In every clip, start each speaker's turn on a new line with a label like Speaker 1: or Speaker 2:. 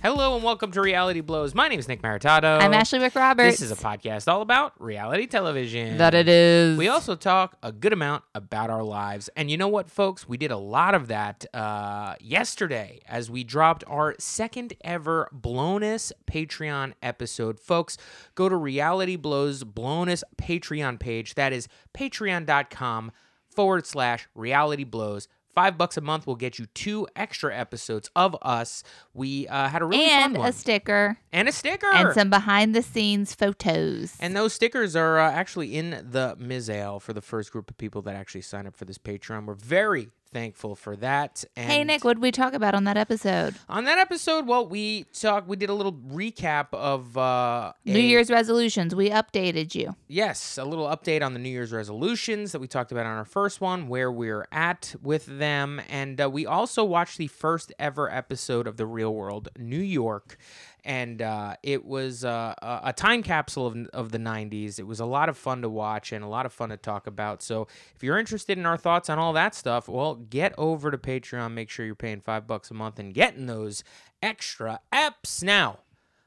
Speaker 1: Hello and welcome to Reality Blows. My name is Nick Maritato.
Speaker 2: I'm Ashley Wick Roberts.
Speaker 1: This is a podcast all about reality television.
Speaker 2: that it is.
Speaker 1: We also talk a good amount about our lives. And you know what, folks? We did a lot of that uh, yesterday as we dropped our second ever Blonus Patreon episode. Folks, go to Reality Blow's Blonus Patreon page. That is patreon.com forward slash reality blows. Five bucks a month will get you two extra episodes of us. We uh, had a really
Speaker 2: and
Speaker 1: fun one.
Speaker 2: a sticker
Speaker 1: and a sticker.
Speaker 2: and some behind the scenes photos.
Speaker 1: And those stickers are uh, actually in the Mizale for the first group of people that actually sign up for this Patreon. We're very thankful for that. And
Speaker 2: hey Nick, what did we talk about on that episode?
Speaker 1: On that episode, well, we talked. We did a little recap of uh,
Speaker 2: New
Speaker 1: a-
Speaker 2: Year's resolutions. We updated you.
Speaker 1: Yes, a little update on the New Year's resolutions that we talked about on our first one, where we're at with them. And uh, we also watched the first ever episode of The Real World, New York. And uh, it was uh, a a time capsule of, of the 90s. It was a lot of fun to watch and a lot of fun to talk about. So if you're interested in our thoughts on all that stuff, well, get over to Patreon. Make sure you're paying five bucks a month and getting those extra eps. Now,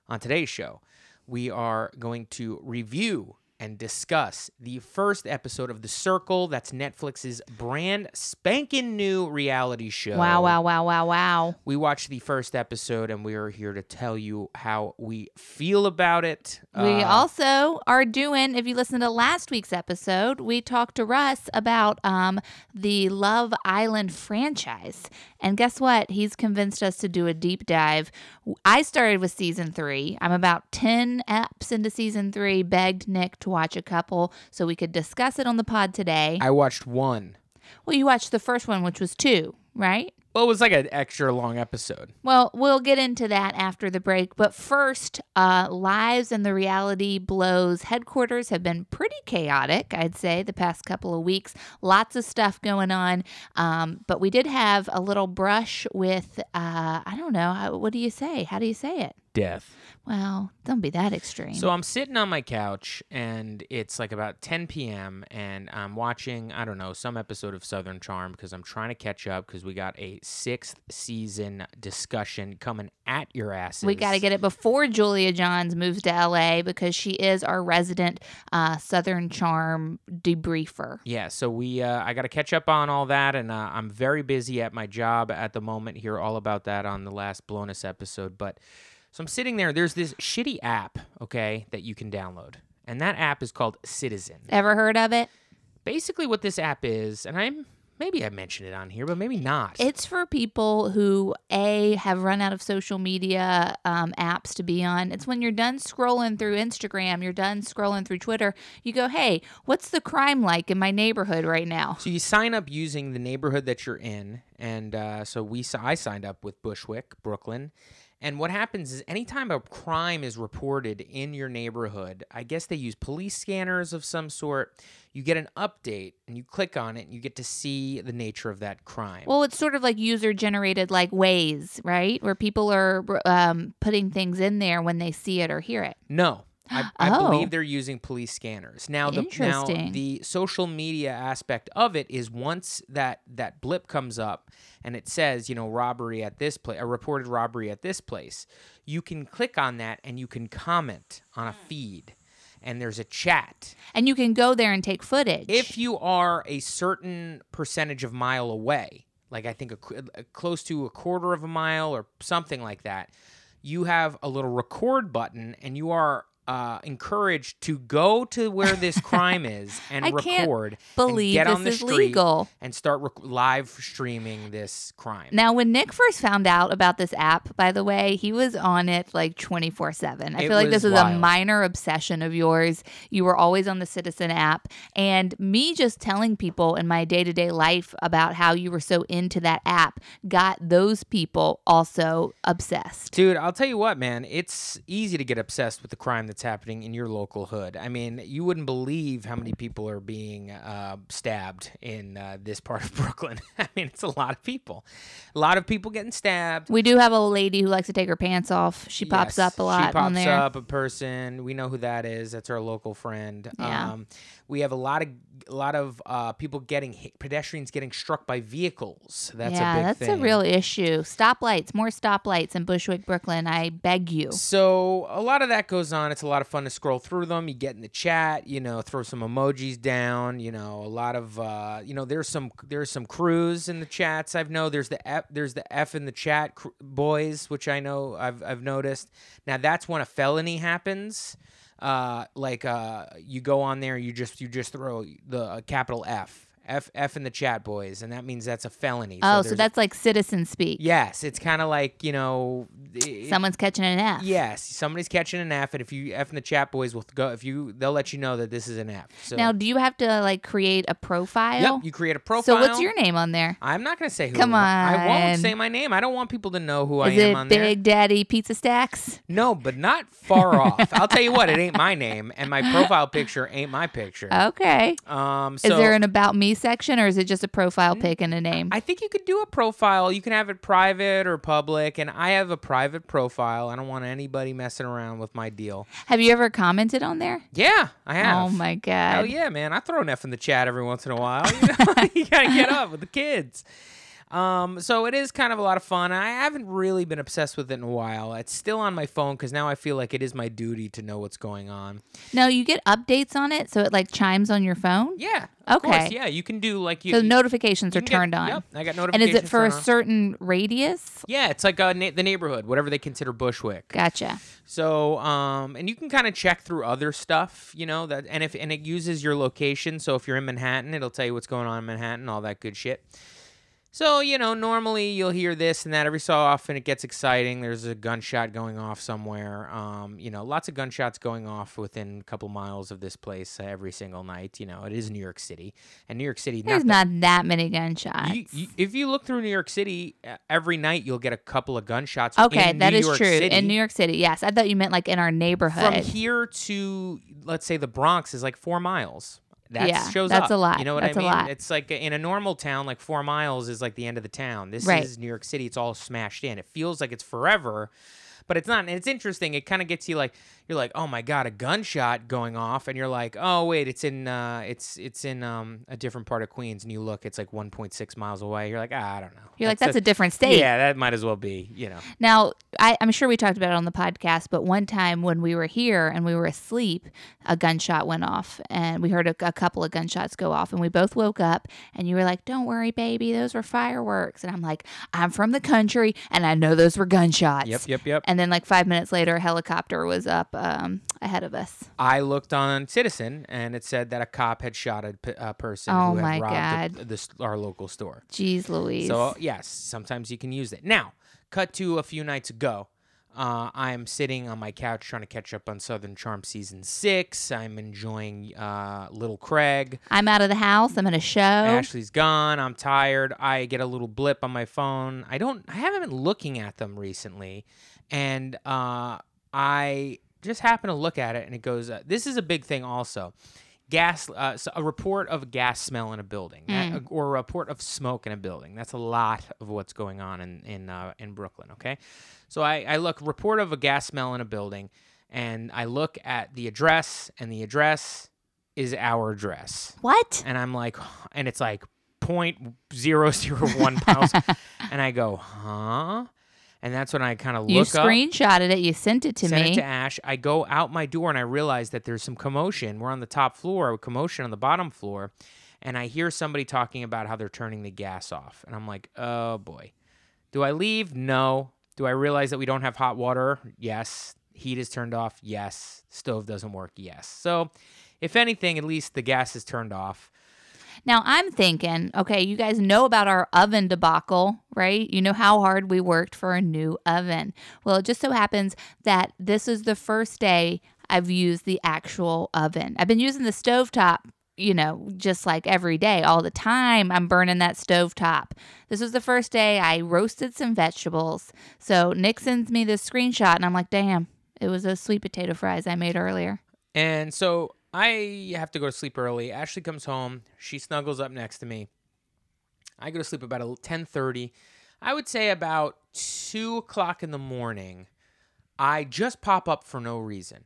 Speaker 1: on today's show, we are going to review and discuss the first episode of The Circle. That's Netflix's brand spanking new reality show.
Speaker 2: Wow, wow, wow, wow, wow.
Speaker 1: We watched the first episode and we are here to tell you how we feel about it.
Speaker 2: we
Speaker 1: Uh,
Speaker 2: also are doing, if you listen to last week's episode, we talked to Russ about um, the Love Island franchise. And guess what? He's convinced us to do a deep dive. I started with season three. I'm about 10 eps into season three, begged Nick to watch a couple so we could discuss it on the pod today.
Speaker 1: I watched one.
Speaker 2: well, you watched the first one, which was two, right?
Speaker 1: Well, it was like an extra long episode.
Speaker 2: Well, we'll get into that after the break. But first, uh, lives and the reality blows headquarters have been pretty chaotic, I'd say, the past couple of weeks. Lots of stuff going on. Um, but we did have a little brush with, uh, I don't know, how, what do you say? How do you say it?
Speaker 1: Death.
Speaker 2: Well, don't be that extreme.
Speaker 1: So I'm sitting on my couch and it's like about 10 p.m. and I'm watching, I don't know, some episode of Southern Charm because I'm trying to catch up because we got a sixth season discussion coming at your asses.
Speaker 2: we got to get it before Julia Johns moves to LA because she is our resident uh, Southern Charm debriefer.
Speaker 1: Yeah, so we uh, I got to catch up on all that, and uh, I'm very busy at my job at the moment. Hear all about that on the last bonus episode. But so I'm sitting there. There's this shitty app, okay, that you can download, and that app is called Citizen.
Speaker 2: Ever heard of it?
Speaker 1: Basically, what this app is, and I'm maybe I mentioned it on here, but maybe not.
Speaker 2: It's for people who a have run out of social media um, apps to be on. It's when you're done scrolling through Instagram, you're done scrolling through Twitter. You go, hey, what's the crime like in my neighborhood right now?
Speaker 1: So you sign up using the neighborhood that you're in, and uh, so we si- I signed up with Bushwick, Brooklyn. And what happens is, anytime a crime is reported in your neighborhood, I guess they use police scanners of some sort. You get an update, and you click on it, and you get to see the nature of that crime.
Speaker 2: Well, it's sort of like user generated, like ways, right? Where people are um, putting things in there when they see it or hear it.
Speaker 1: No. I, I
Speaker 2: Oh.
Speaker 1: believe they're using police scanners. Now the now
Speaker 2: Interesting.
Speaker 1: the social media aspect of it is once that that blip comes up and it says, you know, robbery at this place, a reported robbery at this place, you can click on that and you can comment on
Speaker 2: Hmm.
Speaker 1: a feed and there's a chat.
Speaker 2: And you can go there and take footage.
Speaker 1: If you are a certain percentage of mile away, like I think a, qu- a- close to a quarter of a mile or something like that, you have a little record button and you are uh, encouraged to go to where this crime is and
Speaker 2: I can't
Speaker 1: record
Speaker 2: believe
Speaker 1: and get
Speaker 2: this
Speaker 1: on the
Speaker 2: is
Speaker 1: street
Speaker 2: legal.
Speaker 1: and start rec- live streaming this crime.
Speaker 2: Now, when Nick first found out about this app, by the way, he was on it like 24 7. I
Speaker 1: It
Speaker 2: feel like
Speaker 1: was
Speaker 2: this was a
Speaker 1: wild.
Speaker 2: minor obsession of yours. You were always on the Citizen app. And me just telling people in my day to day life about how you were so into that app got those people also obsessed.
Speaker 1: Dude, I'll tell you what, man. It's easy to get obsessed with the crime that's happening in your local hood. I mean, you wouldn't believe how many people are being uh, stabbed in uh, this part of Brooklyn. I mean, it's a lot of people. A lot of people getting stabbed.
Speaker 2: We do have a lady who likes to take her pants off. She
Speaker 1: Yes,
Speaker 2: pops up a lot
Speaker 1: She pops
Speaker 2: on there.
Speaker 1: up a person. We know who that is. That's our local friend.
Speaker 2: Yeah.
Speaker 1: Um, we have a lot of a lot of uh, people getting hit, pedestrians getting struck by vehicles. That's
Speaker 2: yeah,
Speaker 1: a big
Speaker 2: that's
Speaker 1: thing.
Speaker 2: a real issue. Stoplights, more stoplights in Bushwick, Brooklyn. I beg you.
Speaker 1: So a lot of that goes on. It's a lot of fun to scroll through them. You get in the chat, you know, throw some emojis down. You know, a lot of uh, you know, there's some there's some crews in the chats. I've know there's the F, there's the F in the chat cr- boys, which I know I've I've noticed. Now that's when a felony happens. Uh, like uh, you go on there, you just you just throw the uh, capital F. F F in the chat, boys, and that means that's a felony.
Speaker 2: oh, so
Speaker 1: there's-
Speaker 2: that's like citizen speak.
Speaker 1: yes, it's kind of like you know, it-
Speaker 2: Someone's catching an F.
Speaker 1: Yes, somebody's catching an F, and if you F in the chat, boys will go. If you, they'll let you know that this is an F. So
Speaker 2: Now, do you have to like create a profile?
Speaker 1: yep, you create a profile.
Speaker 2: So what's your name on there?
Speaker 1: I'm not gonna say who.
Speaker 2: Come
Speaker 1: I
Speaker 2: on.
Speaker 1: won't say my name. I don't want people to know who I
Speaker 2: Is
Speaker 1: am
Speaker 2: it
Speaker 1: on
Speaker 2: Big
Speaker 1: there.
Speaker 2: Daddy Pizza Stacks?
Speaker 1: No, but not far off. I'll tell you what, it ain't my name, and my profile picture ain't my picture.
Speaker 2: Okay.
Speaker 1: um,
Speaker 2: Oh. Is
Speaker 1: so
Speaker 2: there an about me section or is it just a profile pic and a name?
Speaker 1: I think you could do a profile. You can have it private or public, and I have a private profile. I don't want anybody messing around with my deal.
Speaker 2: have you ever commented on there?
Speaker 1: Yeah, I have.
Speaker 2: Oh my
Speaker 1: Hell
Speaker 2: god.
Speaker 1: yeah, man! I throw an F in the chat every once in a while. You, know? You gotta get up with the kids. Um, so it is kind of a lot of fun. I haven't really been obsessed with it in a while. It's still on my phone because now I feel like it is my duty to know what's going on.
Speaker 2: No, you get updates on it so it like chimes on your phone.
Speaker 1: Yeah. of course,
Speaker 2: Okay.
Speaker 1: yeah, you can do like you.
Speaker 2: So
Speaker 1: you
Speaker 2: notifications are
Speaker 1: can get-
Speaker 2: turned on.
Speaker 1: Yep, I got
Speaker 2: And
Speaker 1: notifications.
Speaker 2: is it for a
Speaker 1: turned on.
Speaker 2: certain radius?
Speaker 1: Yeah, it's like uh, na- the neighborhood, whatever they consider Bushwick.
Speaker 2: Gotcha.
Speaker 1: So, um, and you can kind of check through other stuff, you know, that and if and it uses your location. So if you're in Manhattan, it'll tell you what's going on in Manhattan, all that good shit. So, you know, normally you'll hear this and that every so often it gets exciting. There's a gunshot going off somewhere. Um, you know, lots of gunshots going off within a couple miles of this place uh, every single night. You know, it is New York City. And New York City,
Speaker 2: There's
Speaker 1: not
Speaker 2: not that many gunshots.
Speaker 1: you, you, if you look through New York City, uh, every night you'll get a couple of gunshots.
Speaker 2: okay,
Speaker 1: in
Speaker 2: that
Speaker 1: New
Speaker 2: is
Speaker 1: York
Speaker 2: true.
Speaker 1: City.
Speaker 2: In New York City, yes. I thought you meant like in our
Speaker 1: from
Speaker 2: neighborhood.
Speaker 1: here to let's say the Bronx is like four miles. That
Speaker 2: Yeah,
Speaker 1: shows up.
Speaker 2: that's a lot.
Speaker 1: You know what
Speaker 2: That's
Speaker 1: I
Speaker 2: a
Speaker 1: mean?
Speaker 2: lot.
Speaker 1: It's like in a normal town, like four miles is like the end of the town. This
Speaker 2: Right.
Speaker 1: is New York City. It's all smashed in. It feels like it's forever, but it's not. And it's interesting. It kind of gets you like you're like, oh my god, a gunshot going off, and you're like, oh wait, it's in uh, it's it's in um a different part of Queens, and you look, it's like 1.6 miles away. You're like, ah, I don't know.
Speaker 2: You're like, that's a different state.
Speaker 1: yeah, that might as well be. You know,
Speaker 2: Now, I, I'm sure we talked about it on the podcast, but one time when we were here and we were asleep, a gunshot went off and we heard a, a couple of gunshots go off and we both woke up and you were like, Don't worry, baby, those were fireworks. And I'm like, I'm from the country and I know those were gunshots.
Speaker 1: yep, yep, yep.
Speaker 2: And then, like, five minutes later, a helicopter was up um, ahead of us.
Speaker 1: I looked on Citizen and it said that a cop had shot a, p- a person
Speaker 2: Oh
Speaker 1: who had
Speaker 2: my
Speaker 1: robbed a- the s- our local store.
Speaker 2: Jeez Louise.
Speaker 1: So, uh, yes, sometimes you can use it. Now, cut to a few nights ago. Uh, I'm sitting on my couch trying to catch up on Southern Charm season six. I'm enjoying uh, Little Craig.
Speaker 2: I'm out of the house. I'm in a show.
Speaker 1: Ashley's gone. I'm tired. I get a little blip on my phone. I don't. I haven't been looking at them recently, and uh, I just happen to look at it, and it goes. Uh, this is a big thing, also. Gas. Uh, so a report of gas smell in a building, that- or a report of smoke in a building. That's a lot of what's going on in in uh, in Brooklyn. Okay, so I, I look report of a gas smell in a building, and I look at the address, and the address is our address
Speaker 2: what?
Speaker 1: and I'm like, and it's like point zero zero one pounds, and I go, huh? And that's when I kind of look
Speaker 2: You
Speaker 1: up,
Speaker 2: screenshotted it. You sent it to
Speaker 1: send
Speaker 2: me.
Speaker 1: it to Ash. I go out my door and I realize that there's some commotion. We're on the top floor, commotion on the bottom floor, and I hear somebody talking about how they're turning the gas off, and I'm like, oh boy, do I leave? No. Do I realize that we don't have hot water? Yes. Heat is turned off? Yes. Stove doesn't work? Yes. So, if anything, at least the gas is turned off.
Speaker 2: Now I'm thinking, okay, you guys know about our oven debacle, right? You know how hard we worked for a new oven. Well, it just so happens that this is the first day I've used the actual oven. I've been using the stovetop, you know, just like every day, all the time. I'm burning that stovetop. This was the first day I roasted some vegetables. So Nick sends me this screenshot, and I'm like, damn. It was those sweet potato fries I made earlier.
Speaker 1: And so I have to go to sleep early. Ashley comes home. She snuggles up next to me. I go to sleep about 10.30. I would say about 2 o'clock in the morning, I just pop up for no reason.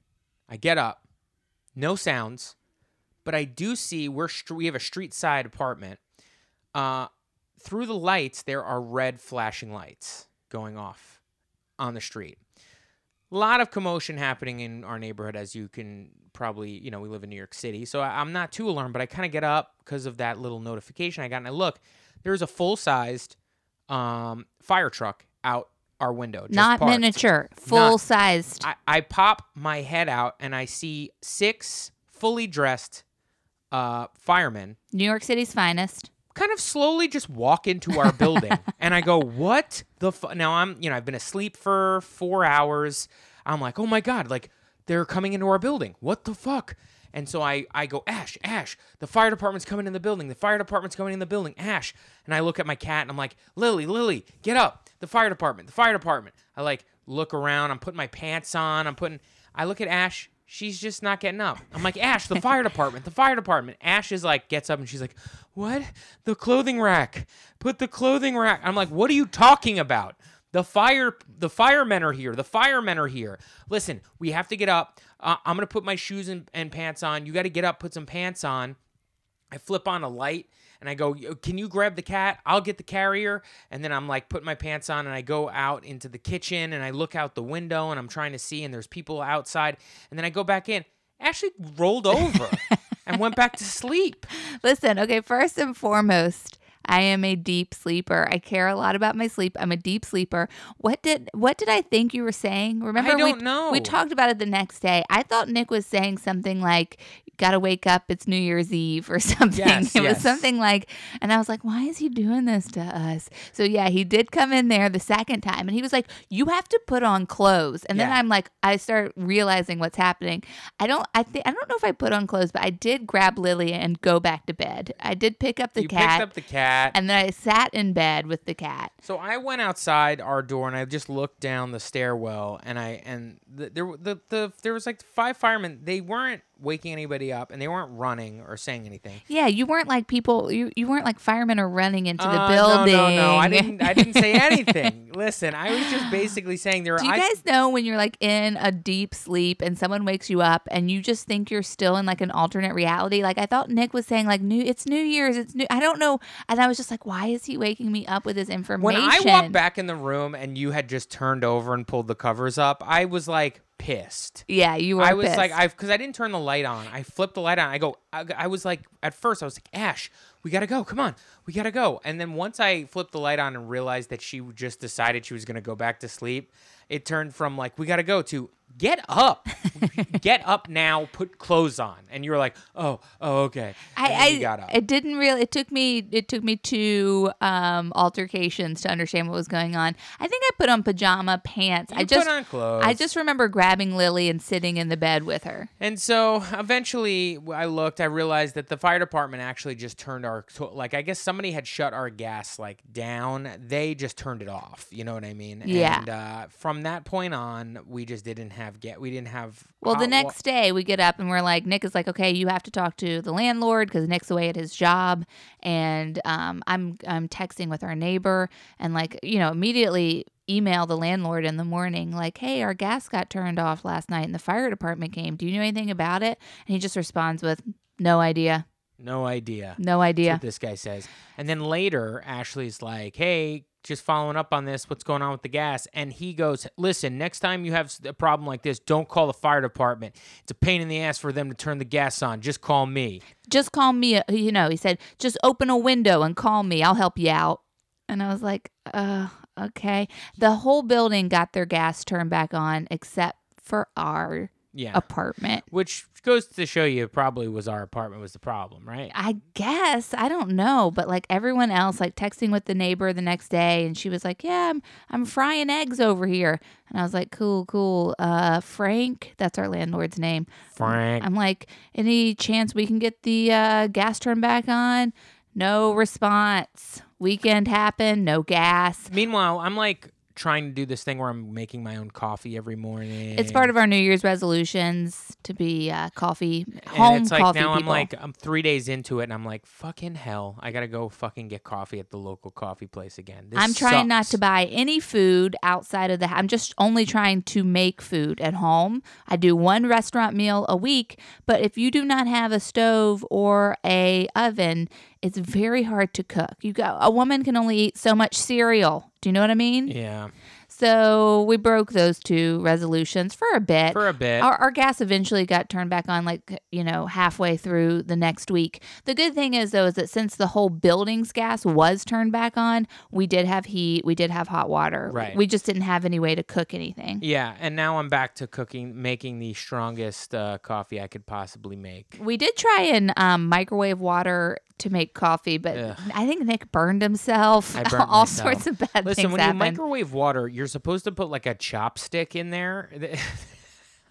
Speaker 1: I get up. No sounds. But I do see we're str- we have a street side apartment. Uh, through the lights, there are red flashing lights going off on the street a lot of commotion happening in our neighborhood as you can probably you know we live in new york city so I, i'm not too alarmed but i kind of get up because of that little notification i got and i look there's a full-sized um, fire truck out our window just
Speaker 2: Not
Speaker 1: parked.
Speaker 2: miniature, full sized.
Speaker 1: I, I pop my head out and i see six fully dressed uh, firemen
Speaker 2: New York City's finest.
Speaker 1: kind of slowly just walk into our building and i go what the fu-? now i'm you know i've been asleep for four hours i'm like oh my god like they're coming into our building what the fuck and so i i go ash ash the fire department's coming in the building the fire department's coming in the building ash and i look at my cat and i'm like lily lily get up the fire department the fire department i like look around i'm putting my pants on i'm putting i look at ash she's just not getting up. I'm like, Ash, the fire department, the fire department. Ash is like, gets up and she's like, What? The clothing rack. Put the clothing rack. I'm like, What are you talking about? The fire, the firemen are here. The firemen are here. Listen, we have to get up. Uh, I'm gonna put my shoes and, and pants on. You got to get up, put some pants on. I flip on a light and I go, "Yo, "Can you grab the cat? I'll get the carrier." And then I'm like, put my pants on and I go out into the kitchen and I look out the window and I'm trying to see and there's people outside. And then I go back in. Ashley rolled over and went back to sleep.
Speaker 2: Listen, okay, first and foremost, I am a deep sleeper. I care a lot about my sleep. I'm a deep sleeper. What did what did I think you were saying? Remember
Speaker 1: I
Speaker 2: we-
Speaker 1: don't know.
Speaker 2: We talked about it the next day. I thought Nick was saying something like Got to wake up. It's New Year's Eve or something.
Speaker 1: Yes,
Speaker 2: it
Speaker 1: yes.
Speaker 2: was something like, and I was like, why is he doing this to us? So, yeah, he did come in there the second time and he was like, you have to put on clothes. And then
Speaker 1: Yeah.
Speaker 2: I'm like, I start realizing what's happening. I don't, I think, I don't know if I put on clothes, but I did grab Lily and go back to bed. I did pick up the
Speaker 1: you
Speaker 2: cat
Speaker 1: picked up the cat.
Speaker 2: and then I sat in bed with the cat.
Speaker 1: So I went outside our door and I just looked down the stairwell and I and the, there were- the, the there was like five firemen. They weren't waking anybody up and they weren't running or saying anything.
Speaker 2: Yeah, you weren't like people, you, you weren't like firemen are running into the
Speaker 1: Uh,
Speaker 2: building.
Speaker 1: No, no, no. I didn't. I didn't say anything. Listen, I was just basically saying there.
Speaker 2: Do you
Speaker 1: I,
Speaker 2: guys know when you're like in a deep sleep and someone wakes you up and you just think you're still in like an alternate reality? Like I thought Nick was saying like new it's New Year's, it's new I don't know. And I was just like, why is he waking me up with this
Speaker 1: when
Speaker 2: information?
Speaker 1: I walked back in the room and you had just turned over and pulled the covers up, I was like pissed.
Speaker 2: Yeah, you were
Speaker 1: I was
Speaker 2: pissed.
Speaker 1: like, I because I didn't turn the light on. I flipped the light on. I go. I, I was like, at first, I was like, Ash, we gotta go. Come on, we gotta go. And then once I flipped the light on and realized that she just decided she was gonna go back to sleep, it turned from like we gotta go to get up, get up now, put clothes on. And you were like, oh, oh, okay. And then
Speaker 2: I,
Speaker 1: you got up.
Speaker 2: I it didn't really it took me it took me two um altercations to understand what was going on. I think I put on pajama pants. I
Speaker 1: You
Speaker 2: just
Speaker 1: put on clothes.
Speaker 2: I just remember grabbing Lily and sitting in the bed with her.
Speaker 1: And so eventually w- I looked, I realized that the fire department actually just turned our, to- like, I guess somebody had shut our gas, like, down. They just turned it off. You know what I mean?
Speaker 2: Yeah.
Speaker 1: And uh, from that point on, we just didn't have get, we didn't have.
Speaker 2: Well,
Speaker 1: hot
Speaker 2: the
Speaker 1: wa-
Speaker 2: next day we get up and we're like, Nick is like, okay, you have to talk to the landlord because Nick's away at his job, and um, I'm I'm texting with our neighbor and like you know immediately email the landlord in the morning like, hey, our gas got turned off last night and the fire department came. Do you know anything about it? And he just responds with, no idea,
Speaker 1: no idea.
Speaker 2: no idea.
Speaker 1: That's what this guy says. And then later, Ashley's like, hey, just following up on this, what's going on with the gas? And he goes, listen, next time you have s- a problem like this, don't call the fire department. It's a pain in the ass for them to turn the gas on. Just call me.
Speaker 2: Just call me. a- You know, he said, just open a window and call me. I'll help you out. And I was like, uh, okay. The whole building got their gas turned back on except for our
Speaker 1: Yeah.
Speaker 2: apartment.
Speaker 1: Which goes to show you, probably was our apartment was the problem, right?
Speaker 2: I guess I don't know, but like everyone else, like texting with the neighbor the next day, and she was like, "Yeah, I'm I'm frying eggs over here," and I was like, "Cool, cool." Uh, Frank, that's our landlord's name.
Speaker 1: Frank.
Speaker 2: I'm like, "Any chance we can get the uh, gas turned back on?" No response. Weekend happened, no gas.
Speaker 1: Meanwhile, I'm like trying to do this thing where I'm making my own coffee every morning.
Speaker 2: It's part of our New Year's resolutions to be uh, coffee
Speaker 1: And
Speaker 2: home
Speaker 1: it's like
Speaker 2: coffee
Speaker 1: now I'm
Speaker 2: people.
Speaker 1: like I'm three days into it and I'm like fucking hell I gotta go fucking get coffee at the local coffee place again. This
Speaker 2: I'm trying not
Speaker 1: sucks.
Speaker 2: to buy any food outside of the. I'm just only trying to make food at home. I do one restaurant meal a week, but if you do not have a stove or a oven, it's very hard to cook. You go. A woman can only eat so much cereal. Do you know what I mean?
Speaker 1: Yeah,
Speaker 2: So we broke those two resolutions for a bit.
Speaker 1: for a bit.
Speaker 2: Our, our gas eventually got turned back on, like, you know, halfway through the next week. The good thing is, though, is that since the whole building's gas was turned back on, we did have heat, we did have hot water.
Speaker 1: Right.
Speaker 2: We just didn't have any way to cook anything.
Speaker 1: Yeah, and now I'm back to cooking, making the strongest uh, coffee I could possibly make.
Speaker 2: We did try and um, microwave water to make coffee, but
Speaker 1: Ugh.
Speaker 2: I think Nick burned himself.
Speaker 1: I burned
Speaker 2: All
Speaker 1: myself.
Speaker 2: sorts of bad
Speaker 1: Listen,
Speaker 2: things
Speaker 1: when
Speaker 2: happened.
Speaker 1: you microwave water, you're supposed to put like a chopstick in there.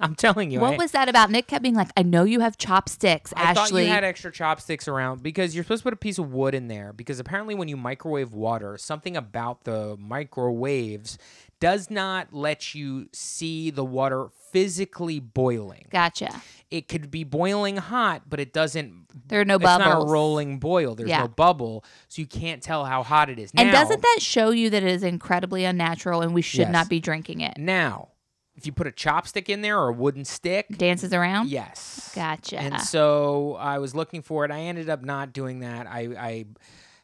Speaker 1: I'm telling you, I-
Speaker 2: what was that about? Nick kept being like, I know you have chopsticks,
Speaker 1: I thought
Speaker 2: Ashley.
Speaker 1: you had extra chopsticks around because you're supposed to put a piece of wood in there because apparently when you microwave water, something about the microwaves does not let you see the water physically boiling.
Speaker 2: gotcha.
Speaker 1: It could be boiling hot, but it doesn't
Speaker 2: There are no
Speaker 1: it's
Speaker 2: bubbles.
Speaker 1: not a rolling boil. There's
Speaker 2: Yeah.
Speaker 1: no bubble, so you can't tell how hot it is.
Speaker 2: And
Speaker 1: Now-
Speaker 2: doesn't that show you that it is incredibly unnatural and we should
Speaker 1: Yes.
Speaker 2: not be drinking it?
Speaker 1: now if you put a chopstick in there or a wooden stick?
Speaker 2: Dances around?
Speaker 1: Yes.
Speaker 2: Gotcha.
Speaker 1: And so I was looking for it. I ended up not doing that. I, I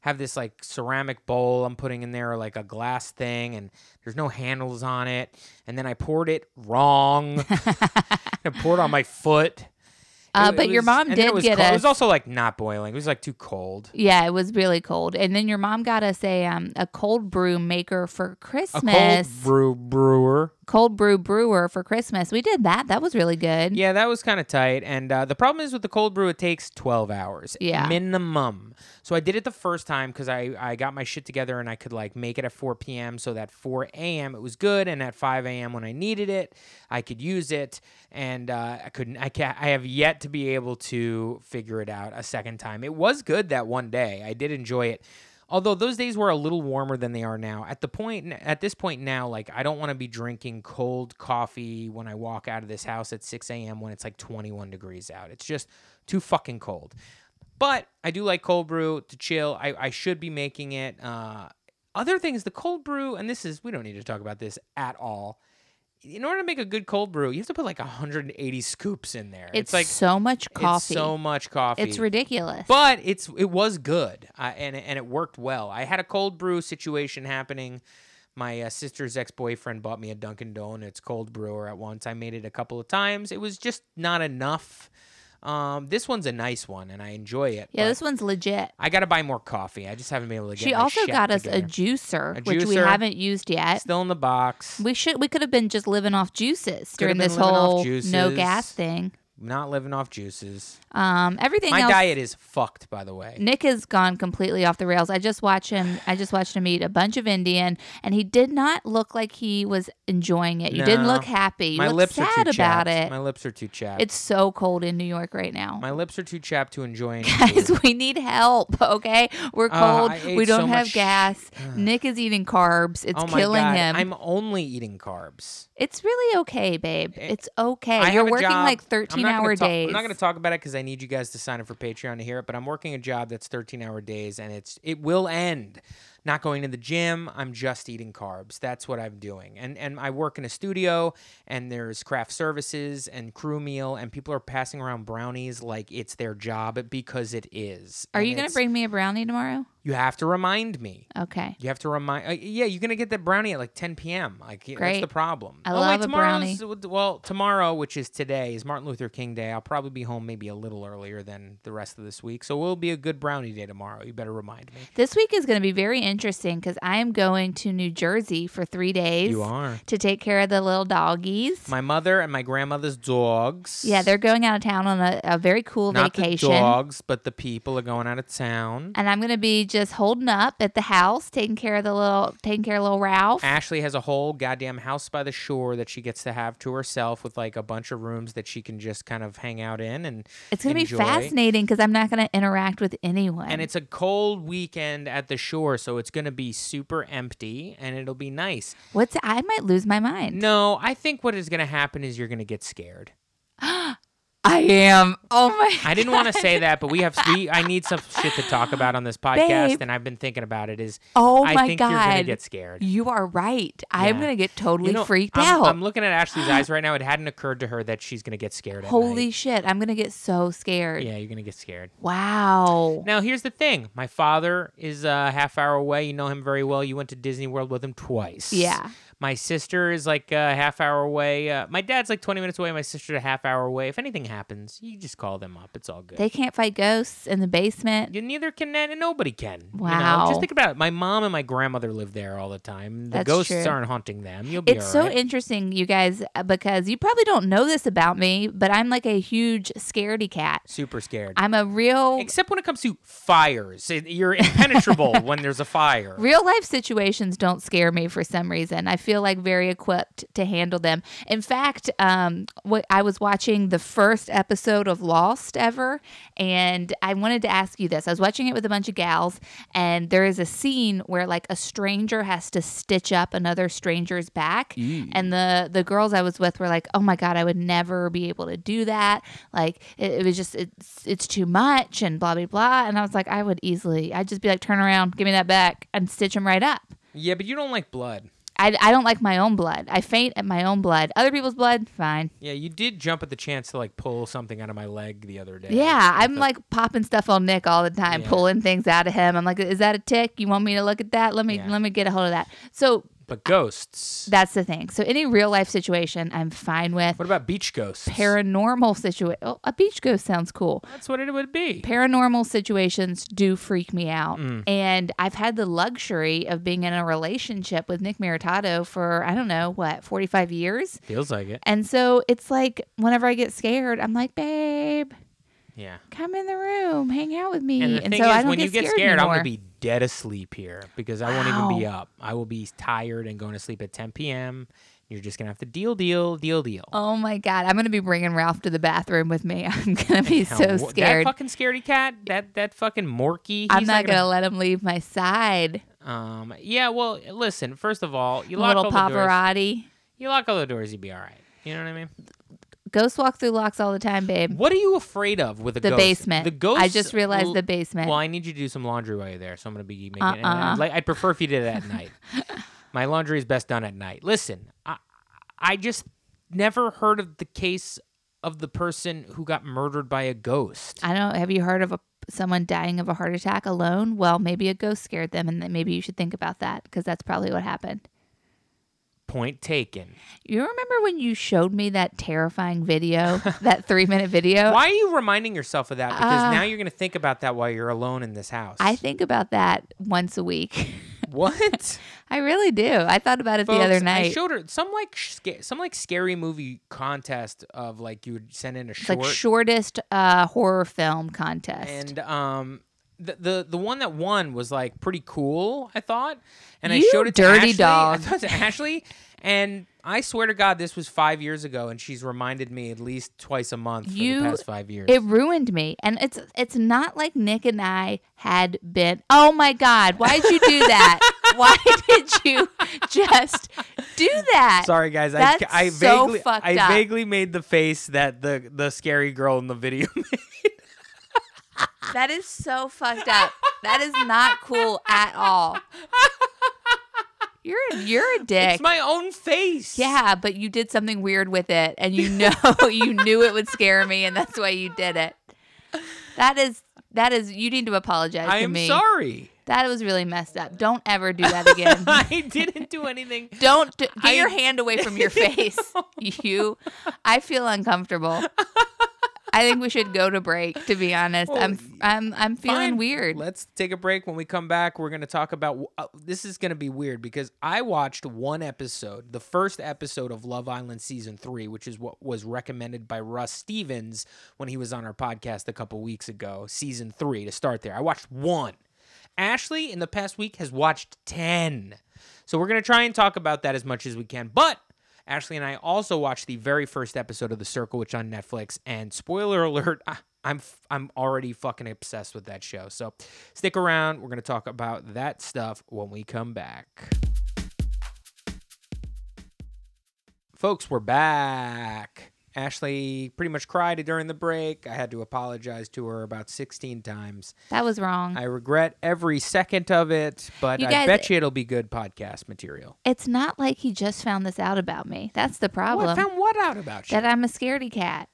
Speaker 1: have this like ceramic bowl I'm putting in there, like a glass thing, and there's no handles on it. And then I poured it wrong. I poured it on my foot.
Speaker 2: Uh,
Speaker 1: It- it
Speaker 2: but your
Speaker 1: was-
Speaker 2: mom
Speaker 1: and then
Speaker 2: did
Speaker 1: it was
Speaker 2: get
Speaker 1: cold. It was
Speaker 2: us-
Speaker 1: also like not boiling. It was like too cold.
Speaker 2: yeah, it was really cold. And then your mom got us a um, a cold brew maker for
Speaker 1: A
Speaker 2: Christmas.
Speaker 1: cold brew brewer.
Speaker 2: Cold brew brewer for Christmas. We did that. That was really good.
Speaker 1: Yeah, that was kind of tight. And uh, the problem is with the cold brew, it takes 12 hours.
Speaker 2: Yeah.
Speaker 1: Minimum. So I did it the first time because I, I got my shit together and I could like make it at 4 p.m. So that 4 a.m. it was good. And at 5 a.m. when I needed it, I could use it. And uh, I couldn't, I can't, I have yet to be able to figure it out a second time. It was good that one day. I did enjoy it. Although those days were a little warmer than they are now. At the point at this point now, like I don't want to be drinking cold coffee when I walk out of this house at 6 a.m. when it's like 21 degrees out. It's just too fucking cold. But I do like cold brew to chill. I, I should be making it. Uh, other things, the cold brew, and this is we don't need to talk about this at all. In order to make a good cold brew, you have to put like 180 scoops in there.
Speaker 2: It's,
Speaker 1: like
Speaker 2: so much coffee.
Speaker 1: It's so much coffee.
Speaker 2: It's ridiculous.
Speaker 1: But it's it was good, uh, and and it worked well. I had a cold brew situation happening. My uh, sister's ex boyfriend bought me a Dunkin' Donuts cold brewer at once. I made it a couple of times. It was just not enough. Um, this one's a nice one, and I enjoy it.
Speaker 2: yeah,
Speaker 1: but
Speaker 2: this one's legit.
Speaker 1: I got to buy more coffee. I just haven't been able to get.
Speaker 2: She
Speaker 1: my
Speaker 2: also
Speaker 1: shit
Speaker 2: got us a
Speaker 1: together.
Speaker 2: juicer,
Speaker 1: A
Speaker 2: which we
Speaker 1: juicer.
Speaker 2: haven't used yet.
Speaker 1: still in the box.
Speaker 2: We should we could have been just living off juices during
Speaker 1: been
Speaker 2: this
Speaker 1: living off
Speaker 2: whole no
Speaker 1: juices.
Speaker 2: gas thing.
Speaker 1: Not living off juices.
Speaker 2: Um, everything
Speaker 1: My
Speaker 2: else,
Speaker 1: diet is fucked, by the way.
Speaker 2: Nick has gone completely off the rails. I just watched him. I just watched him eat a bunch of Indian, and he did not look like he was enjoying it. You didn't
Speaker 1: No.
Speaker 2: look happy. You
Speaker 1: My
Speaker 2: looked
Speaker 1: lips are
Speaker 2: sad
Speaker 1: too
Speaker 2: about
Speaker 1: chapped.
Speaker 2: it.
Speaker 1: My lips are too chapped.
Speaker 2: it's so cold in New York right now.
Speaker 1: my lips are too chapped to enjoy. any food.
Speaker 2: Guys, we need help. Okay,
Speaker 1: Uh,
Speaker 2: we're cold.
Speaker 1: I
Speaker 2: we
Speaker 1: ate
Speaker 2: don't
Speaker 1: so
Speaker 2: have
Speaker 1: much-
Speaker 2: gas. Nick is eating carbs. It's
Speaker 1: oh my
Speaker 2: killing
Speaker 1: God.
Speaker 2: him.
Speaker 1: I'm only eating carbs.
Speaker 2: it's really okay, babe. It's okay.
Speaker 1: Eh, I
Speaker 2: You're
Speaker 1: have a
Speaker 2: working
Speaker 1: job.
Speaker 2: like
Speaker 1: I'm
Speaker 2: 13
Speaker 1: not gonna
Speaker 2: hour
Speaker 1: talk-
Speaker 2: days.
Speaker 1: I'm not going to talk about it because I need you guys to sign up for Patreon to hear it. But I'm working a job that's 13 hour days, and it's it will end. Not going to the gym. I'm just eating carbs. That's what I'm doing. And and I work in a studio, and there's craft services and crew meal, and people are passing around brownies like it's their job because it is.
Speaker 2: Are
Speaker 1: And
Speaker 2: you going to
Speaker 1: it's-
Speaker 2: bring me a brownie tomorrow?
Speaker 1: You have to remind me.
Speaker 2: Okay.
Speaker 1: You have to remind. Uh, yeah, you're gonna get that brownie at like 10 p.m. Like, y- what's
Speaker 2: Great.
Speaker 1: the problem?
Speaker 2: I
Speaker 1: oh,
Speaker 2: love
Speaker 1: wait,
Speaker 2: a
Speaker 1: tomorrow's- Well, tomorrow, which is today, is Martin Luther King Day. I'll probably be home maybe a little earlier than the rest of this week, so we'll be a good brownie day tomorrow. You better remind me.
Speaker 2: This week is going to be very interesting because I am going to New Jersey for three days
Speaker 1: You are.
Speaker 2: to take care of the little doggies.
Speaker 1: My mother and my grandmother's dogs.
Speaker 2: yeah, they're going out of town on a, a very cool
Speaker 1: not
Speaker 2: vacation.
Speaker 1: the dogs, but the people are going out of town.
Speaker 2: And I'm going to be just holding up at the house, taking care of the little, taking care of little Ralph.
Speaker 1: Ashley has a whole goddamn house by the shore that she gets to have to herself with like a bunch of rooms that she can just kind of hang out in and
Speaker 2: It's gonna
Speaker 1: enjoy.
Speaker 2: be fascinating because I'm not gonna interact with anyone.
Speaker 1: And it's a cold weekend at the shore, so it's going to be super empty and it'll be nice.
Speaker 2: what's I might lose my mind.
Speaker 1: No, I think what is going to happen is you're going to get scared.
Speaker 2: I am. Oh my.
Speaker 1: I didn't want to say that, but we have we I need some shit to talk about on this podcast
Speaker 2: Babe.
Speaker 1: and I've been thinking about it is
Speaker 2: Oh
Speaker 1: I
Speaker 2: my
Speaker 1: think
Speaker 2: god.
Speaker 1: you're going to get scared.
Speaker 2: You are right. I am
Speaker 1: Yeah.
Speaker 2: gonna get totally
Speaker 1: You know,
Speaker 2: freaked
Speaker 1: I'm,
Speaker 2: out.
Speaker 1: I'm looking at Ashley's eyes right now. It hadn't occurred to her that she's going to get scared. at
Speaker 2: Holy
Speaker 1: night.
Speaker 2: shit! I'm gonna get so scared.
Speaker 1: Yeah, you're going to get scared.
Speaker 2: Wow.
Speaker 1: Now, here's the thing. My father is a half hour away. You know him very well. You went to Disney World with him twice.
Speaker 2: Yeah.
Speaker 1: My sister is like a half hour away. Uh, my dad's like 20 minutes away. My sister's a half hour away. If anything happens, you just call them up. It's all good.
Speaker 2: They can't fight ghosts in the basement.
Speaker 1: You neither can and nobody can. You know?
Speaker 2: Wow.
Speaker 1: Just think about it. My mom and my grandmother live there all the time. The
Speaker 2: That's
Speaker 1: ghosts
Speaker 2: true.
Speaker 1: aren't haunting them. You'll be
Speaker 2: It's
Speaker 1: all
Speaker 2: so
Speaker 1: right.
Speaker 2: interesting, you guys, uh, because you probably don't know this about me, but I'm like a huge scaredy cat.
Speaker 1: super scared.
Speaker 2: I'm a real
Speaker 1: Except when it comes to fires. It- You're impenetrable when there's a fire.
Speaker 2: Real life situations don't scare me for some reason. I feel like very equipped to handle them. In fact, um, what I was watching the first episode of Lost ever, and I wanted to ask you this. I was watching it with a bunch of gals, and there is a scene where like a stranger has to stitch up another stranger's back,
Speaker 1: Mm.
Speaker 2: and the the girls I was with were like, "Oh my god, I would never be able to do that. Like it, it was just it's it's too much and blah blah blah." And I was like, "I would easily. I'd just be like, turn around, give me that back, and stitch him right up."
Speaker 1: Yeah, but you don't like blood.
Speaker 2: I, I don't like my own blood. I faint at my own blood. Other people's blood, fine.
Speaker 1: Yeah, you did jump at the chance to like pull something out of my leg the other day.
Speaker 2: Yeah,
Speaker 1: With
Speaker 2: I'm
Speaker 1: the-
Speaker 2: like popping stuff on Nick all the time,
Speaker 1: Yeah.
Speaker 2: pulling things out of him. I'm like, "Is that a tick? You want me to look at that? Let me
Speaker 1: Yeah.
Speaker 2: let me get a hold of that." So
Speaker 1: but ghosts.
Speaker 2: that's the thing. So any real life situation, I'm fine with.
Speaker 1: what about beach ghosts?
Speaker 2: Paranormal situation. Oh, a beach ghost sounds cool.
Speaker 1: That's what it would be.
Speaker 2: paranormal situations do freak me out.
Speaker 1: Mm.
Speaker 2: And I've had the luxury of being in a relationship with Nick Maritato for, I don't know, what, 45 years?
Speaker 1: Feels like it.
Speaker 2: And so it's like whenever I get scared, I'm like, babe,
Speaker 1: Yeah.
Speaker 2: come in the room, hang out with me.
Speaker 1: And
Speaker 2: And,
Speaker 1: the thing
Speaker 2: so
Speaker 1: is,
Speaker 2: I don't
Speaker 1: when
Speaker 2: get
Speaker 1: you get
Speaker 2: scared,
Speaker 1: scared, I'm
Speaker 2: anymore.
Speaker 1: gonna be dead asleep here because I won't even be up. I will be tired and going to sleep at 10 p.m. You're just gonna have to deal, deal, deal, deal.
Speaker 2: Oh my God. I'm going to be bringing Ralph to the bathroom with me. I'm going to be
Speaker 1: Hell,
Speaker 2: so
Speaker 1: wh-
Speaker 2: scared.
Speaker 1: That fucking scaredy cat. That that fucking Morky.
Speaker 2: I'm
Speaker 1: he's
Speaker 2: not going to let him leave my side.
Speaker 1: Um. Yeah. Well, listen. First of all, you lock
Speaker 2: Little
Speaker 1: all the doors.
Speaker 2: Pavarotti.
Speaker 1: You lock all the doors. You'd be all right. You know what I mean?
Speaker 2: Ghosts walk through locks all the time, babe.
Speaker 1: What are you afraid of with a
Speaker 2: The
Speaker 1: ghost?
Speaker 2: basement.
Speaker 1: The ghost.
Speaker 2: I just realized the basement.
Speaker 1: Well, I need you to do some laundry while you're there, so I'm gonna be making. and
Speaker 2: Uh-uh.
Speaker 1: I'd, like, I'd prefer if you did it at night. My laundry is best done at night. Listen, I, I just never heard of the case of the person who got murdered by a ghost.
Speaker 2: I don't. Have you heard of a, someone dying of a heart attack alone? Well, maybe a ghost scared them, and then maybe you should think about that because that's probably what happened.
Speaker 1: Point taken.
Speaker 2: You remember when you showed me that terrifying video, that three minute video?
Speaker 1: Why are you reminding yourself of that? Because
Speaker 2: Oh. Uh,
Speaker 1: now you're gonna think about that while you're alone in this house.
Speaker 2: I think about that once a week.
Speaker 1: what.
Speaker 2: I really do. I thought about it the
Speaker 1: Folks,
Speaker 2: other
Speaker 1: I
Speaker 2: night.
Speaker 1: showed her some like sca- some like scary movie contest of like you would send in a
Speaker 2: It's
Speaker 1: short
Speaker 2: like shortest uh, horror film contest.
Speaker 1: and um the, the the one that won was like pretty cool I thought and
Speaker 2: You
Speaker 1: I showed it to
Speaker 2: dirty
Speaker 1: Ashley. I
Speaker 2: dog.
Speaker 1: thought to Ashley and I swear to God this was five years ago and she's reminded me at least twice a month for
Speaker 2: You-
Speaker 1: the past five years.
Speaker 2: It ruined me. And it's it's not like Nick and I had been Oh my God, why'd you do that? Why did you just do that?
Speaker 1: Sorry guys, I,
Speaker 2: That's
Speaker 1: I
Speaker 2: so
Speaker 1: vaguely
Speaker 2: fucked
Speaker 1: I
Speaker 2: up.
Speaker 1: vaguely made the face that the the scary girl in the video made.
Speaker 2: That is so fucked up. That is not cool at all. You're a, you're a dick.
Speaker 1: It's my own face.
Speaker 2: yeah, but you did something weird with it and you know you knew it would scare me and that's why you did it. That is that is you need to apologize
Speaker 1: I
Speaker 2: to
Speaker 1: am
Speaker 2: me.
Speaker 1: sorry.
Speaker 2: That was really messed up. Don't ever do that again.
Speaker 1: I didn't do anything.
Speaker 2: Don't d- get
Speaker 1: I-
Speaker 2: your hand away from your face. you, I feel uncomfortable. I think we should go to break. To be honest, I'm
Speaker 1: Well,
Speaker 2: I'm I'm feeling
Speaker 1: Fine.
Speaker 2: weird.
Speaker 1: Let's take a break. When we come back, we're going to talk about uh, this is going to be weird because I watched one episode, the first episode of Love Island season 3, which is what was recommended by Russ Stevens when he was on our podcast a couple weeks ago, season 3 to start there. I watched one Ashley, in the past week, has watched 10. So we're going to try and talk about that as much as we can. But Ashley and I also watched the very first episode of The Circle, which on Netflix. And spoiler alert, I, I'm f- I'm already fucking obsessed with that show. So stick around. We're going to talk about that stuff when we come back. Folks, we're back. Ashley pretty much cried during the break. I had to apologize to her about 16 times.
Speaker 2: That was wrong.
Speaker 1: I regret every second of it, but
Speaker 2: You
Speaker 1: I
Speaker 2: guys-
Speaker 1: bet you it'll be good podcast material.
Speaker 2: it's not like he just found this out about me. That's the problem.
Speaker 1: What found what out about you?
Speaker 2: that I'm a scaredy cat.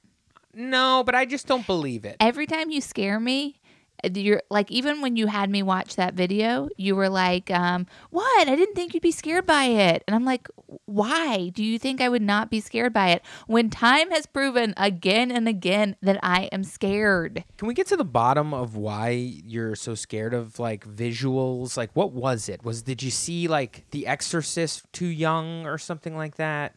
Speaker 1: no, but I just don't believe it.
Speaker 2: Every time you scare me, eh, you're like even when you had me watch that video, you were like, um, "What? I didn't think you'd be scared by it." And I'm like, "Why do you think I would not be scared by it when time has proven again and again that I am scared?"
Speaker 1: Can we get to the bottom of why you're so scared of like visuals? Like, what was it? Was did you see like The Exorcist too young or something like that?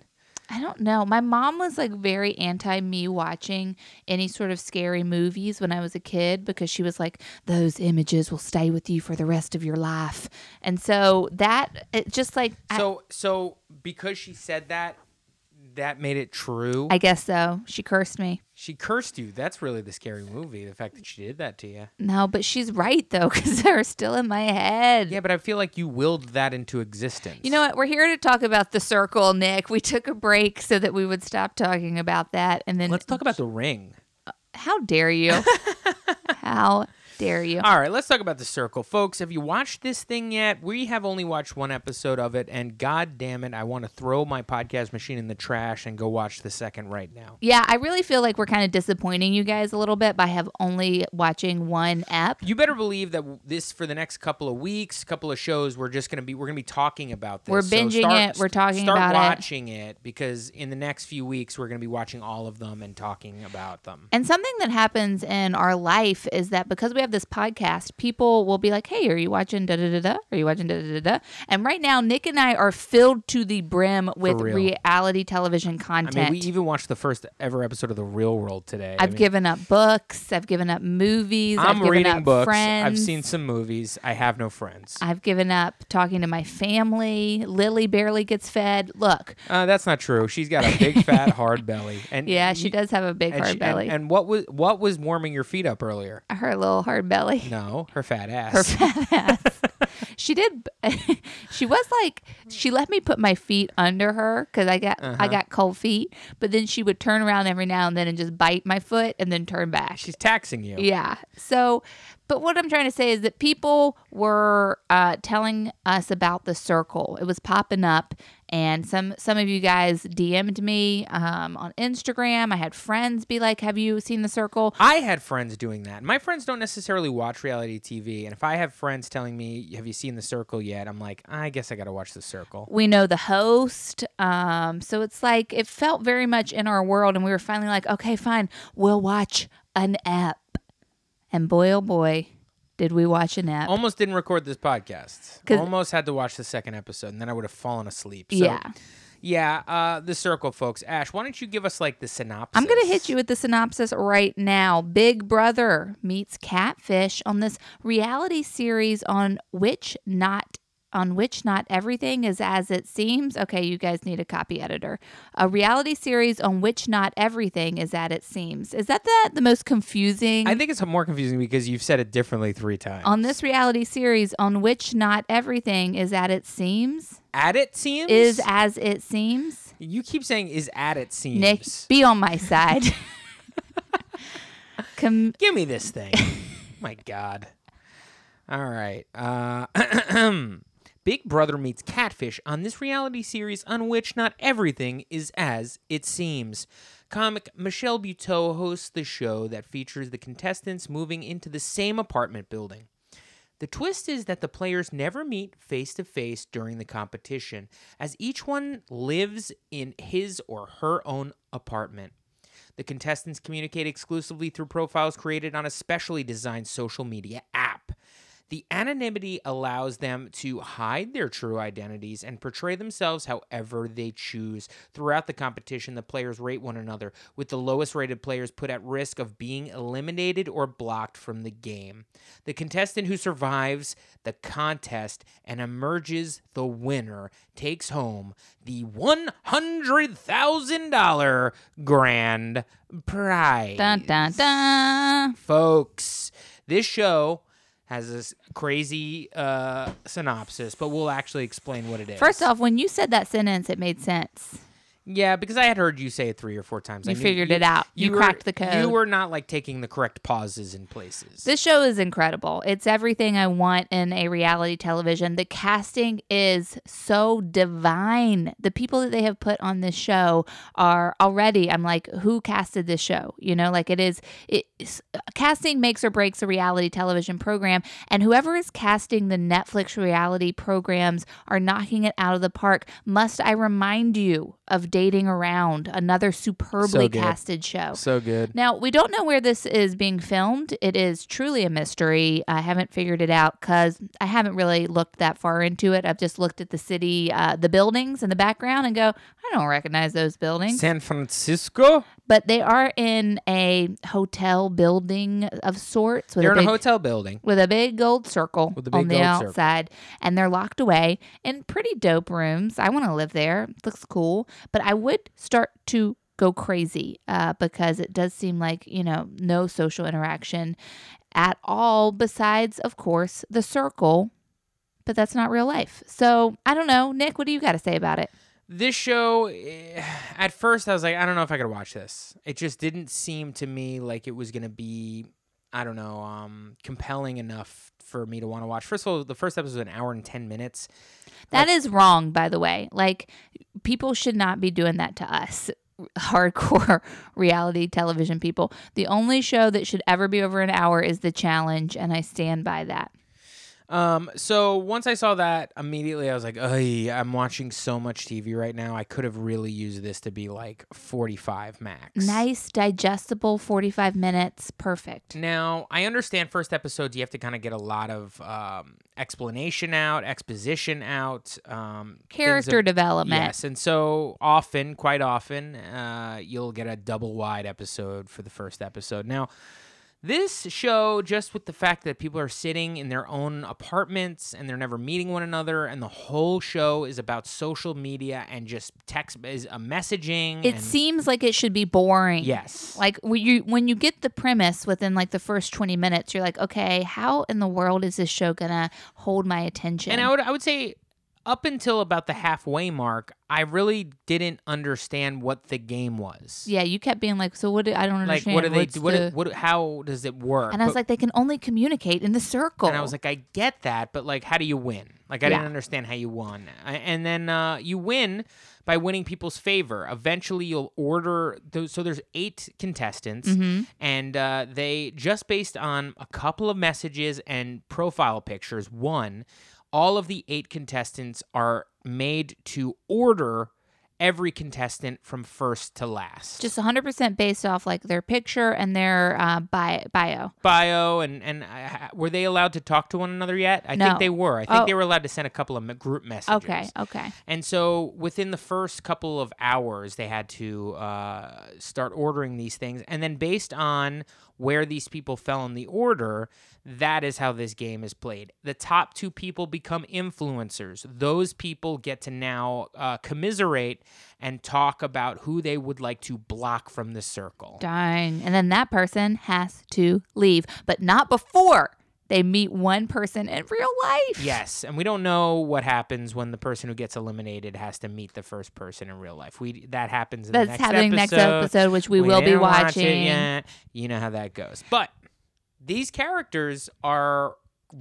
Speaker 2: I don't know. My mom was like very anti me watching any sort of scary movies when I was a kid because she was like, those images will stay with you for the rest of your life. And so that, it just like, I,
Speaker 1: so, so because she said that, that made it true.
Speaker 2: I guess so. She cursed me.
Speaker 1: she cursed you. That's really the scary movie. The fact that she did that to you.
Speaker 2: No, but she's right though because they're still in my head.
Speaker 1: Yeah, but I feel like you willed that into existence.
Speaker 2: You know what? We're here to talk about the circle, Nick. We took a break so that we would stop talking about that. And then,
Speaker 1: Let's talk about The Ring.
Speaker 2: how dare you? how dare you?
Speaker 1: All right, let's talk about the circle, folks. Have you watched this thing yet? We have only watched one episode of it, and god damn it, I want to throw my podcast machine in the trash and go watch the second right now.
Speaker 2: Yeah, I really feel like we're kind of disappointing you guys a little bit by have only watching one app.
Speaker 1: You better believe that w- this for the next couple of weeks, couple of shows, we're just gonna be we're gonna be talking about this.
Speaker 2: We're binging it, we're talking
Speaker 1: start
Speaker 2: about it.
Speaker 1: watching it. because in the next few weeks we're gonna be watching all of them and talking about them.
Speaker 2: And something that happens in our life is that because we have this podcast, people will be like, "Hey, are you watching da da da da? Are you watching da da da da?" And right now, Nick and I are filled to the brim with
Speaker 1: real.
Speaker 2: reality television
Speaker 1: I
Speaker 2: content.
Speaker 1: mean, we even watched the first ever episode of The Real World today. I
Speaker 2: I've
Speaker 1: mean,
Speaker 2: given up books. I've given up movies. have
Speaker 1: I'm
Speaker 2: given
Speaker 1: reading
Speaker 2: up
Speaker 1: books.
Speaker 2: Friends.
Speaker 1: I've seen some movies. I have no friends.
Speaker 2: I've given up talking to my family. Lily barely gets fed. Look,
Speaker 1: Uh, that's not true. She's got a big fat hard belly, and
Speaker 2: yeah, she
Speaker 1: you-
Speaker 2: does have a big
Speaker 1: And,
Speaker 2: hard
Speaker 1: she- and-
Speaker 2: belly.
Speaker 1: and what was what was warming your feet up earlier?
Speaker 2: her little hard belly.
Speaker 1: No, her fat ass.
Speaker 2: her fat ass. she did. she was like she let me put my feet under her because I got I got cold feet. But then she would turn around every now and then and just bite my foot and then turn back.
Speaker 1: She's taxing you.
Speaker 2: yeah. So, but what I'm trying to say is that people were uh, telling us about the circle. It was popping up, and some some of you guys DM'd me um, on Instagram. I had friends be like, "Have you seen the circle?"
Speaker 1: I had friends doing that. My friends don't necessarily watch reality TV, and if I have friends telling me, "Have you seen The Circle yet?" I'm like, I guess I got to watch The Circle.
Speaker 2: we know the host um so it's like it felt very much in our world and we were finally like okay fine we'll watch an app and boy oh boy did we watch an app
Speaker 1: Almost didn't record this podcast.
Speaker 2: 'Cause-
Speaker 1: Almost had to watch the second episode, and then I would have fallen asleep. So,
Speaker 2: yeah
Speaker 1: yeah. Uh, the Circle, folks. Ash, why don't you give us like the synopsis?
Speaker 2: i'm gonna hit you with the synopsis right now big brother meets catfish on this reality series on which not on which not everything is as it seems. Okay, you guys need a copy editor. A reality series on which not everything is as it seems. Is that the, the most confusing?
Speaker 1: I think it's more confusing because you've said it differently three times.
Speaker 2: Mm. on this reality series on which not everything is at its seams
Speaker 1: at it seems
Speaker 2: is as it seems
Speaker 1: you keep saying is at it seems.
Speaker 2: nick be on my side Com-
Speaker 1: Give me this thing. My God. All right. Uh, Big Brother meets Catfish on this reality series on which not everything is as it seems. Comic Michelle Buteau hosts the show that features the contestants moving into the same apartment building. The twist is that the players never meet face to face during the competition, as each one lives in his or her own apartment. The contestants communicate exclusively through profiles created on a specially designed social media app. The anonymity allows them to hide their true identities and portray themselves however they choose. Throughout the competition, the players rate one another, with the lowest rated players put at risk of being eliminated or blocked from the game. The contestant who survives the contest and emerges the winner takes home the $100,000 grand prize
Speaker 2: Dun dun dun.
Speaker 1: folks. This show has this crazy uh, synopsis, but we'll actually explain what it is.
Speaker 2: First off, when you said that sentence, it made sense.
Speaker 1: yeah, because I had heard you say it three or four times. I
Speaker 2: You
Speaker 1: knew
Speaker 2: figured it out. You
Speaker 1: were-
Speaker 2: cracked the code.
Speaker 1: You were not like taking the correct pauses in places.
Speaker 2: This show is incredible. It's everything I want in a reality television. The casting is so divine. The people that they have put on this show are already, I'm like, who casted this show? You know, like it is, it, s- casting makes or breaks a reality television program. And whoever is casting the Netflix reality programs are knocking it out of the park. Must I remind you of Dating Around, another superbly
Speaker 1: good.
Speaker 2: casted show?
Speaker 1: so good.
Speaker 2: Now, we don't know where this is being filmed. It is truly a mystery. I haven't figured it out because I haven't really looked that far into it. I've just looked at the city, uh, the buildings in the background, and go, I don't recognize those buildings.
Speaker 1: San Francisco.
Speaker 2: But they are in a hotel building of sorts with
Speaker 1: They're in
Speaker 2: a
Speaker 1: a
Speaker 2: big
Speaker 1: hotel building.
Speaker 2: with a big gold circle
Speaker 1: With a
Speaker 2: on
Speaker 1: big
Speaker 2: the
Speaker 1: gold circle.
Speaker 2: outside and they're locked away in pretty dope rooms i want to live there it looks cool but i would start to go crazy uh, because it does seem like you know no social interaction at all besides of course the circle but that's not real life so i don't know nick what do you got to say about it
Speaker 1: This show, eh, at first, I was like, I don't know if I could watch this. It just didn't seem to me like it was gonna be, I don't know, um, compelling enough for me to want to watch. First of all, the first episode was an hour and ten minutes.
Speaker 2: That is wrong, by the way. Like, people should not be doing that to us, hardcore reality television people. The only show that should ever be over an hour is The Challenge, and I stand by that.
Speaker 1: Um, so once I saw that, immediately I was like, "Ay, I'm watching so much TV right now. I could have really used this to be like 45 max."
Speaker 2: Nice, digestible 45 minutes. Perfect.
Speaker 1: Now, I understand first episodes, you have to kind of get a lot of um, explanation out, exposition out, um, things
Speaker 2: Character
Speaker 1: of-
Speaker 2: development.
Speaker 1: Yes, and so often, quite often, uh, you'll get a double wide episode for the first episode. Now, this show, just with the fact that people are sitting in their own apartments and they're never meeting one another, and the whole show is about social media and just text is a messaging.
Speaker 2: It
Speaker 1: and-
Speaker 2: seems like it should be boring.
Speaker 1: yes,
Speaker 2: Like when you when you get the premise within like the first 20 minutes, you're like, okay, how in the world is this show gonna hold my attention?
Speaker 1: And I would I would say up until about the halfway mark, I really didn't understand what the game was.
Speaker 2: yeah, you kept being like, so what? Do, I don't
Speaker 1: Like
Speaker 2: understand.
Speaker 1: what do they
Speaker 2: What's
Speaker 1: do? What,
Speaker 2: the-
Speaker 1: do- what do- how does it work?
Speaker 2: And I was
Speaker 1: Uh, But-
Speaker 2: like, they can only communicate in the circle.
Speaker 1: and I was like, I get that, but like, how do you win? Like, I
Speaker 2: Yeah.
Speaker 1: didn't understand how you won. I, and then uh, you win by winning people's favor. Eventually, you'll order. Those, so there's eight contestants, and uh, they just based on a couple of messages and profile pictures. One, all of the eight contestants are made to order every contestant from first to last.
Speaker 2: just 100% based off like their picture and their uh, bi- bio.
Speaker 1: bio and and uh, were they allowed to talk to one another yet? I
Speaker 2: No.
Speaker 1: think they were. I think
Speaker 2: Oh.
Speaker 1: they were allowed to send a couple of m- group messages.
Speaker 2: Okay, okay.
Speaker 1: And so within the first couple of hours, they had to uh, start ordering these things. And then based on where these people fell in the order, that is how this game is played. The top two people become influencers. Those people get to now uh, commiserate and talk about who they would like to block from the circle.
Speaker 2: Dang. And then that person has to leave, but not before they meet one person in real life.
Speaker 1: Yes, and we don't know what happens when the person who gets eliminated has to meet the first person in real life. We that happens in
Speaker 2: That's
Speaker 1: the next
Speaker 2: happening
Speaker 1: episode.
Speaker 2: next episode, which we, will be
Speaker 1: didn't watch it
Speaker 2: watching.
Speaker 1: yet. You know how that goes. But these characters are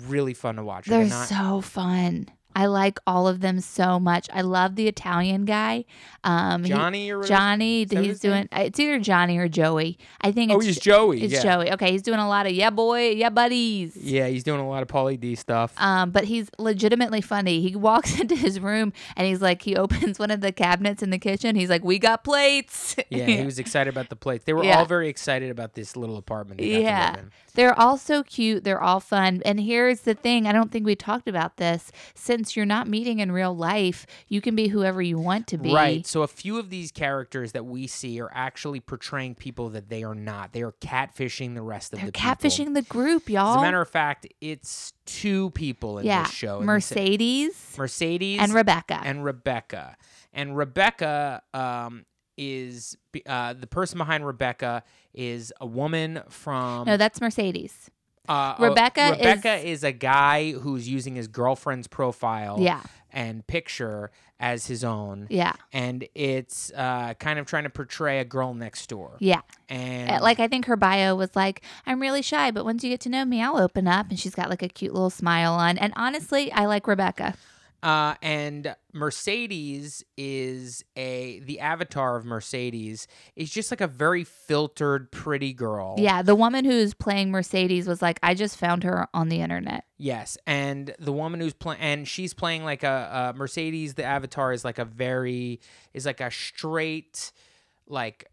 Speaker 1: really fun to watch. are
Speaker 2: They're
Speaker 1: they not?
Speaker 2: so fun. I like all of them so much. I love the Italian guy. Um, he-
Speaker 1: Johnny or whatever?
Speaker 2: Johnny,
Speaker 1: that
Speaker 2: he's
Speaker 1: his name?
Speaker 2: doing. It's either Johnny or Joey. I think
Speaker 1: Oh,
Speaker 2: it's,
Speaker 1: he's Joey.
Speaker 2: it's
Speaker 1: yeah.
Speaker 2: Joey. Okay, he's doing a lot of yeah, boy, yeah, buddies.
Speaker 1: Yeah, he's doing a lot of Pauly D stuff.
Speaker 2: Um, but he's legitimately funny. He walks into his room and he's like, he opens one of the cabinets in the kitchen. He's like, "We got plates."
Speaker 1: yeah, he was excited about the plates. They were
Speaker 2: Yeah.
Speaker 1: all very excited about this little apartment. They got to
Speaker 2: Yeah.
Speaker 1: live in.
Speaker 2: They're all so cute. They're all fun. And here's the thing I don't think we talked about this. Since you're not meeting in real life, you can be whoever you want to be.
Speaker 1: Right. So a few of these characters that we see are actually portraying people that they are not. They are catfishing the rest of
Speaker 2: They're
Speaker 1: the people.
Speaker 2: catfishing the group, y'all.
Speaker 1: As a matter of fact, it's two people in
Speaker 2: yeah.
Speaker 1: this show. in this-
Speaker 2: Mercedes
Speaker 1: Mercedes
Speaker 2: and Rebecca.
Speaker 1: and Rebecca. And Rebecca um, is be- uh, the person behind Rebecca is a woman from
Speaker 2: no, that's Mercedes.
Speaker 1: uh, oh,
Speaker 2: Rebecca is-
Speaker 1: Rebecca is a guy who's using his girlfriend's profile
Speaker 2: Yeah.
Speaker 1: and picture as his own.
Speaker 2: Yeah.
Speaker 1: and it's uh, kind of trying to portray a girl next door.
Speaker 2: Yeah.
Speaker 1: And
Speaker 2: Uh, Like I think her bio was like, I'm really shy, but once you get to know me, I'll open up. And she's got like a cute little smile on. And honestly, I like Rebecca.
Speaker 1: uh, and Mercedes is a the avatar of Mercedes is just like a very filtered, pretty girl.
Speaker 2: Yeah, the woman who's playing Mercedes was like, I just found her on the internet.
Speaker 1: Yes, and the woman who's playing and she's playing like a, a Mercedes. The avatar is like a very is like a straight, like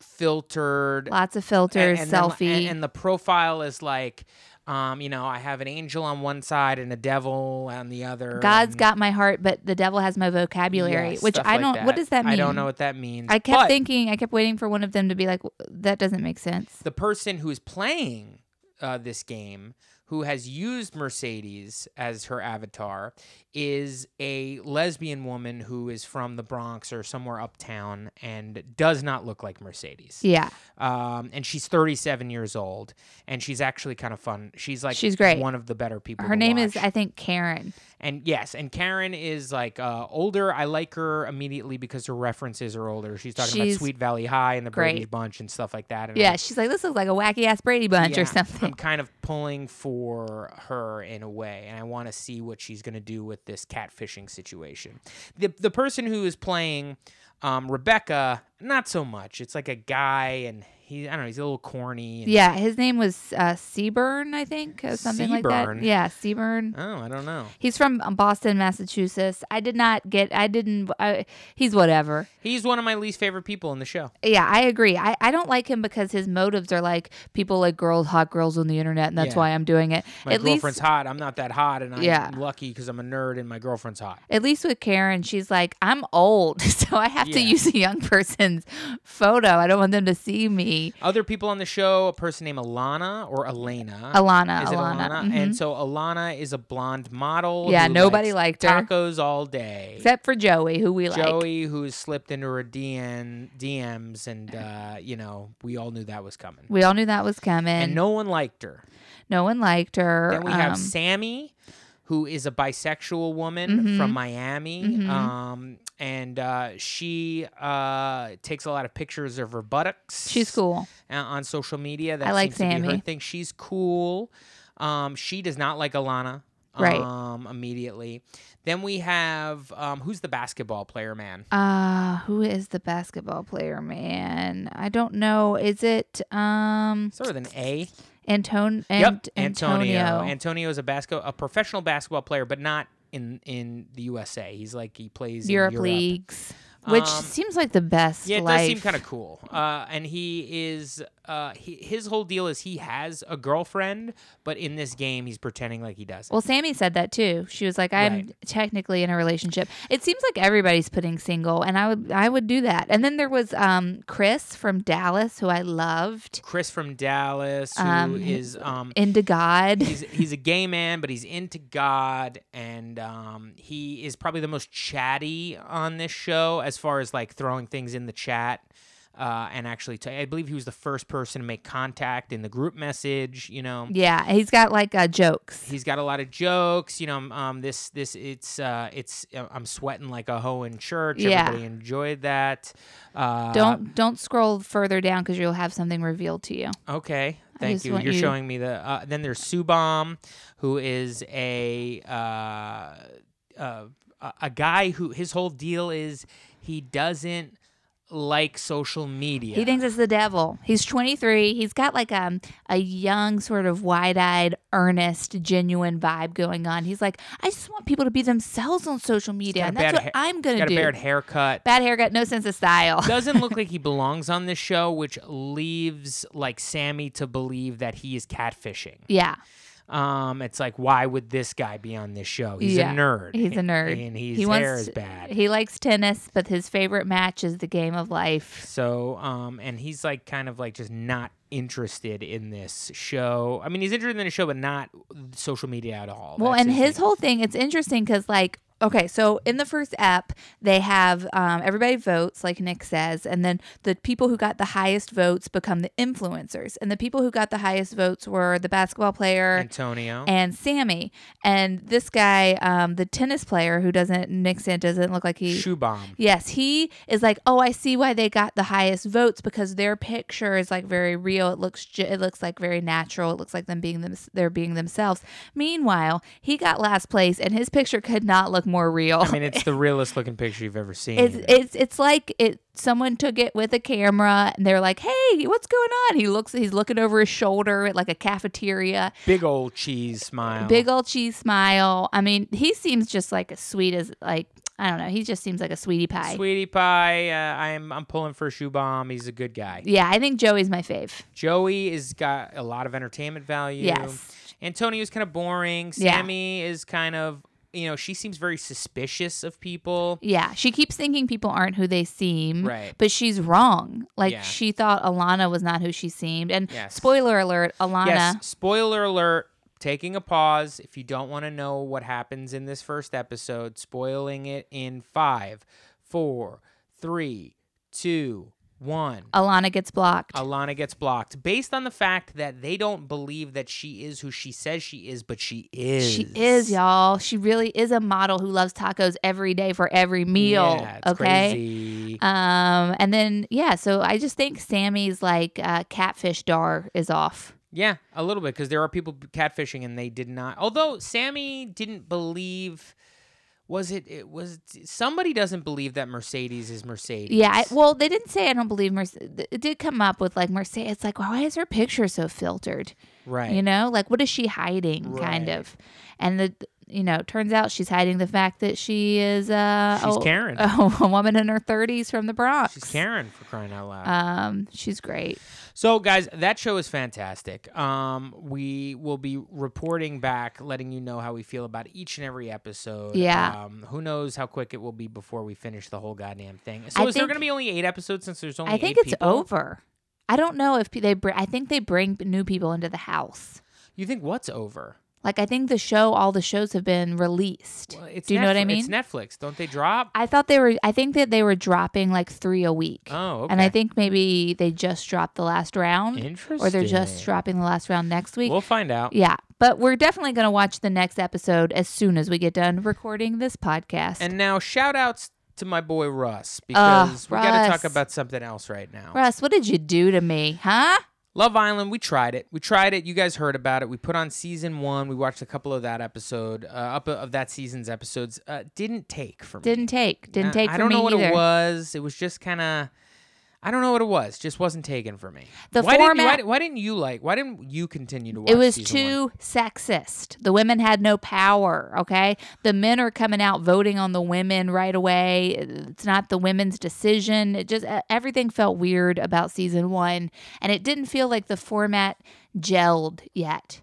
Speaker 1: filtered
Speaker 2: Lots of filters,
Speaker 1: and, and
Speaker 2: selfie.
Speaker 1: Then, and, and the profile is like, um, you know, I have an angel on one side and a devil on the other.
Speaker 2: God's
Speaker 1: and-
Speaker 2: got my heart, but the devil has my vocabulary,
Speaker 1: Yeah,
Speaker 2: which
Speaker 1: stuff
Speaker 2: I
Speaker 1: like
Speaker 2: don't. What does that mean?
Speaker 1: I don't know what that means.
Speaker 2: I kept
Speaker 1: But
Speaker 2: thinking, I kept waiting for one of them to be like, that doesn't make sense.
Speaker 1: the person who is playing uh, this game, who has used Mercedes as her avatar, is a lesbian woman who is from the Bronx or somewhere uptown and does not look like Mercedes.
Speaker 2: Yeah,
Speaker 1: Um, and she's 37 years old, and she's actually kind of fun. She's like
Speaker 2: She's great.
Speaker 1: One of the better people.
Speaker 2: her
Speaker 1: to
Speaker 2: name
Speaker 1: watch.
Speaker 2: is, I think, Karen.
Speaker 1: And yes, and Karen is like uh, older. I like her immediately because her references are older. She's talking
Speaker 2: She's
Speaker 1: about Sweet Valley High and the
Speaker 2: great.
Speaker 1: Brady Bunch and stuff like that. And
Speaker 2: Yeah, she's like, this looks like a wacky ass Brady
Speaker 1: I'm-
Speaker 2: Bunch
Speaker 1: yeah,
Speaker 2: or something.
Speaker 1: I'm kind of pulling for her in a way, and I want to see what she's going to do with this catfishing situation. The the person who is playing um, Rebecca, not so much. It's like a guy, and he I don't know. He's a little corny. And,
Speaker 2: yeah, his name was uh, Seaburn, I think, or something like that.
Speaker 1: Seaburn?
Speaker 2: Yeah, Seaburn.
Speaker 1: Oh, I don't know.
Speaker 2: He's from um, Boston, Massachusetts. I did not get. I didn't. I, he's whatever.
Speaker 1: He's one of my least favorite people in the show.
Speaker 2: Yeah, I agree. I, I don't like him because his motives are like people like girls, hot girls on the internet, and that's
Speaker 1: Yeah.
Speaker 2: why I'm doing it.
Speaker 1: My
Speaker 2: at
Speaker 1: girlfriend's
Speaker 2: least
Speaker 1: hot. I'm not that hot, and I'm
Speaker 2: Yeah.
Speaker 1: lucky because I'm a nerd, and my girlfriend's hot.
Speaker 2: at least with Karen, she's like, I'm old, so I have to
Speaker 1: Yeah.
Speaker 2: use a young person's photo. I don't want them to see me.
Speaker 1: Other people on the show, a person named Alana or Elena.
Speaker 2: Alana,
Speaker 1: Uh, Is it
Speaker 2: Alana.
Speaker 1: Alana?
Speaker 2: mhm.
Speaker 1: And so Alana is a blonde model.
Speaker 2: Yeah,
Speaker 1: who
Speaker 2: nobody
Speaker 1: likes
Speaker 2: liked her.
Speaker 1: Tacos all day.
Speaker 2: Except for Joey, who we like.
Speaker 1: Joey, who's slipped into her DN, DMs, and uh, you know we all knew that was coming,
Speaker 2: We all knew that was coming.
Speaker 1: and
Speaker 2: no,
Speaker 1: no one liked her.
Speaker 2: one liked her.
Speaker 1: Then we have
Speaker 2: Um,
Speaker 1: Sammy, who is a bisexual woman
Speaker 2: Mm-hmm.
Speaker 1: from Miami.
Speaker 2: Mhm.
Speaker 1: Um, and uh, she uh, takes a lot of pictures of her buttocks.
Speaker 2: she's cool.
Speaker 1: uh, on social media. That
Speaker 2: like
Speaker 1: seems to be her
Speaker 2: Sammy.
Speaker 1: thing. She's cool. Um, she does not like Alana.
Speaker 2: Right.
Speaker 1: Um, immediately. Then we have um, who's the basketball player man?
Speaker 2: Uh, who is the basketball player, man? I don't know. Is it um
Speaker 1: Sort of an A.
Speaker 2: Anton
Speaker 1: yep.
Speaker 2: and
Speaker 1: Antonio.
Speaker 2: Antonio?
Speaker 1: Antonio is a basket a professional basketball player, but not in in the USA. He's like he plays
Speaker 2: Europe,
Speaker 1: in Europe.
Speaker 2: leagues, which
Speaker 1: Um,
Speaker 2: seems like the best.
Speaker 1: Yeah, it
Speaker 2: life.
Speaker 1: does seem kind of cool. Uh, and he is, uh, he, his whole deal is he has a girlfriend, but in this game, he's pretending like he doesn't.
Speaker 2: Well, Sammy said that too. She was like, "I'm technically in a relationship." It seems like everybody's putting single, and I would I would do that. And then there was um Chris from Dallas, who I loved,
Speaker 1: Chris from Dallas, who is
Speaker 2: Um,
Speaker 1: um,
Speaker 2: he- into God.
Speaker 1: he's he's a gay man, but he's into God, and um, he is probably the most chatty on this show as far as like throwing things in the chat. Uh, and actually, t- I believe he was the first person to make contact in the group message. You know,
Speaker 2: yeah, he's got like uh, jokes.
Speaker 1: he's got a lot of jokes. You know, um, this this it's uh, it's uh, I'm sweating like a hoe in church.
Speaker 2: Yeah.
Speaker 1: Everybody enjoyed that. Uh,
Speaker 2: Don't don't scroll further down because you'll have something revealed to you.
Speaker 1: Okay,
Speaker 2: just
Speaker 1: thank you.
Speaker 2: want
Speaker 1: You're
Speaker 2: you-
Speaker 1: showing me the. Uh, then there's Subom, who is a uh, uh, a a guy who his whole deal is he doesn't like social media.
Speaker 2: He thinks it's the devil. He's 23. He's got like um a young sort of wide-eyed, earnest, genuine vibe going on. He's like, I just want people to be themselves on social media,
Speaker 1: got a
Speaker 2: and that's
Speaker 1: bad
Speaker 2: what
Speaker 1: hair-
Speaker 2: I'm gonna
Speaker 1: got
Speaker 2: do.
Speaker 1: a beard haircut.
Speaker 2: Bad haircut, no sense of style.
Speaker 1: doesn't look like he belongs on this show, which leaves like Sammy to believe that he is catfishing.
Speaker 2: yeah,
Speaker 1: Um, it's like why would this guy be on this show? He's
Speaker 2: Yeah,
Speaker 1: a nerd.
Speaker 2: he's a nerd.
Speaker 1: and his
Speaker 2: He wants-
Speaker 1: hair is bad.
Speaker 2: he likes tennis, but his favorite match is the game of life.
Speaker 1: So, um, and he's like kind of like just not interested in this show. I mean, he's interested in the show, but not social media at all.
Speaker 2: Well,
Speaker 1: That's
Speaker 2: and his
Speaker 1: thing.
Speaker 2: whole thing, it's interesting because, like, okay, so in the first app, they have um, everybody votes, like Nick says, and then the people who got the highest votes become the influencers. And the people who got the highest votes were the basketball player. And-
Speaker 1: Antonio.
Speaker 2: Sammy and this guy, um, the tennis player who doesn't Nick said doesn't look like he
Speaker 1: shoe bomb.
Speaker 2: Yes, he is like, oh, I see why they got the highest votes because their picture is like very real. It looks, ju- it looks like very natural. It looks like them being them, they're being themselves. Meanwhile, he got last place, and his picture could not look more real.
Speaker 1: I mean, it's the realest looking picture you've ever seen.
Speaker 2: it's, it's it's like it. Someone took it with a camera, and they're like, "Hey, what's going on?" He looks. He's looking over his shoulder at like a cafeteria.
Speaker 1: big old cheese smile.
Speaker 2: Big old cheese smile. I mean, he seems just like as sweet as like I don't know. He just seems like a sweetie pie.
Speaker 1: Sweetie pie, uh, I'm I'm pulling for shoe bomb. He's a good guy.
Speaker 2: Yeah, I think Joey's my fave.
Speaker 1: Joey has got a lot of entertainment value.
Speaker 2: Yes.
Speaker 1: Antonio's kind of boring.
Speaker 2: Yeah.
Speaker 1: Sammy is kind of, you know, she seems very suspicious of people.
Speaker 2: Yeah, she keeps thinking people aren't who they seem.
Speaker 1: Right.
Speaker 2: But she's wrong. Like
Speaker 1: Yeah.
Speaker 2: she thought Alana was not who she seemed. And
Speaker 1: Yes.
Speaker 2: spoiler alert, Alana.
Speaker 1: Yes, spoiler alert. Taking a pause if you don't want to know what happens in this first episode, spoiling it in five, four, three, two, one.
Speaker 2: Alana gets blocked.
Speaker 1: Alana gets blocked based on the fact that they don't believe that she is who she says she is, but she is.
Speaker 2: she is, y'all. She really is a model who loves tacos every day for every meal.
Speaker 1: Yeah, it's
Speaker 2: okay.
Speaker 1: crazy.
Speaker 2: Um, and then yeah, so I just think Sammy's like uh, catfish dar is off.
Speaker 1: Yeah, a little bit because there are people catfishing and they did not. Although Sammy didn't believe, was it? It was somebody doesn't believe that Mercedes is Mercedes.
Speaker 2: Yeah, I, well, they didn't say I don't believe Mercedes. It did come up with like Mercedes. It's like, why is her picture so filtered?
Speaker 1: right.
Speaker 2: You know, like what is she hiding, kind
Speaker 1: Right.
Speaker 2: of? And the you know, turns out she's hiding the fact that she is uh,
Speaker 1: She's
Speaker 2: a,
Speaker 1: Karen.
Speaker 2: a woman in her thirties from the Bronx.
Speaker 1: She's Karen for crying out loud.
Speaker 2: Um, she's great.
Speaker 1: so guys, that show is fantastic. Um, we will be reporting back, letting you know how we feel about each and every episode.
Speaker 2: Yeah.
Speaker 1: Um, who knows how quick it will be before we finish the whole goddamn thing? So
Speaker 2: I
Speaker 1: is there
Speaker 2: think-
Speaker 1: going to be only eight episodes since there's only?
Speaker 2: I think
Speaker 1: eight
Speaker 2: it's
Speaker 1: people?
Speaker 2: over. I don't know if pe- they. Br- I think they bring new people into the house.
Speaker 1: You think what's over?
Speaker 2: Like I think the show, all the shows have been released.
Speaker 1: Well, it's
Speaker 2: Do you know what I
Speaker 1: Netflix-
Speaker 2: mean?
Speaker 1: It's Netflix. Don't they drop?
Speaker 2: I thought they were. I think that they were dropping like three a week.
Speaker 1: Oh, okay.
Speaker 2: And I think maybe they just dropped the last round,
Speaker 1: interesting.
Speaker 2: or they're just dropping the last round next week.
Speaker 1: We'll find out.
Speaker 2: Yeah, but we're definitely going to watch the next episode as soon as we get done recording this podcast.
Speaker 1: And now shout outs to my boy Russ because we got to talk
Speaker 2: Russ.
Speaker 1: about something else right now.
Speaker 2: Russ, what did you do to me, huh?
Speaker 1: Love Island, we tried it. We tried it. You guys heard about it. We put on season 1. We watched a couple of that episode uh, up of that season's episodes. Uh, didn't take for me.
Speaker 2: Didn't take. Didn't
Speaker 1: Uh,
Speaker 2: take
Speaker 1: I
Speaker 2: for
Speaker 1: don't
Speaker 2: me
Speaker 1: know what
Speaker 2: either.
Speaker 1: it was. It was just kind of I don't know what it was. Just wasn't taken for me.
Speaker 2: The
Speaker 1: why Didn't, why,
Speaker 2: format-
Speaker 1: di- why didn't you like? Why didn't you continue to watch?
Speaker 2: It was
Speaker 1: season one?
Speaker 2: too sexist. The women had no power, okay? The men are coming out voting on the women right away. It's not the women's decision. It just e- everything felt weird about season 1 and it didn't feel like the format gelled yet.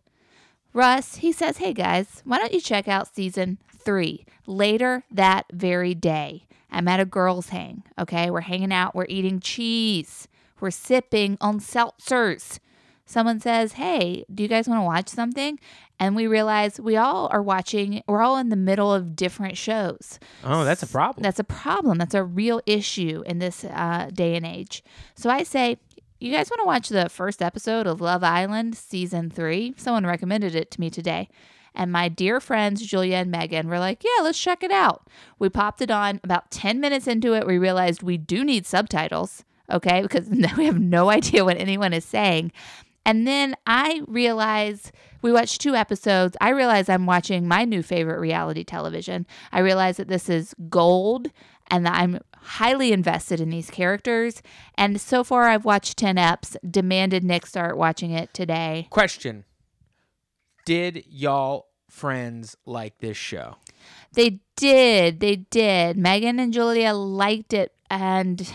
Speaker 2: Russ, he says, "Hey guys, why don't you check out season 3 later that very day. I'm at a girls hang, okay? We're hanging out, we're eating cheese. We're sipping on seltzers." someone says, Hey, do you guys want to watch something? And we realize we all are watching, we're all in the middle of different shows.
Speaker 1: Oh, that's a problem.
Speaker 2: That's a problem. That's a real issue in this uh, day and age. So I say, you guys want to watch the first episode of Love Island season three? Someone recommended it to me today. And my dear friends, Julia and Megan, were like, yeah, let's check it out. We popped it on. About 10 minutes into it, we realized we do need subtitles, okay? Because we have no idea what anyone is saying. And then I realize we watched two episodes. I realize I'm watching my new favorite reality television. I realize that this is gold and that I'm highly invested in these characters. And so far, I've watched 10 eps, demanded Nick start watching it today.
Speaker 1: Question Did y'all friends like this show?
Speaker 2: They did. They did. Megan and Julia liked it and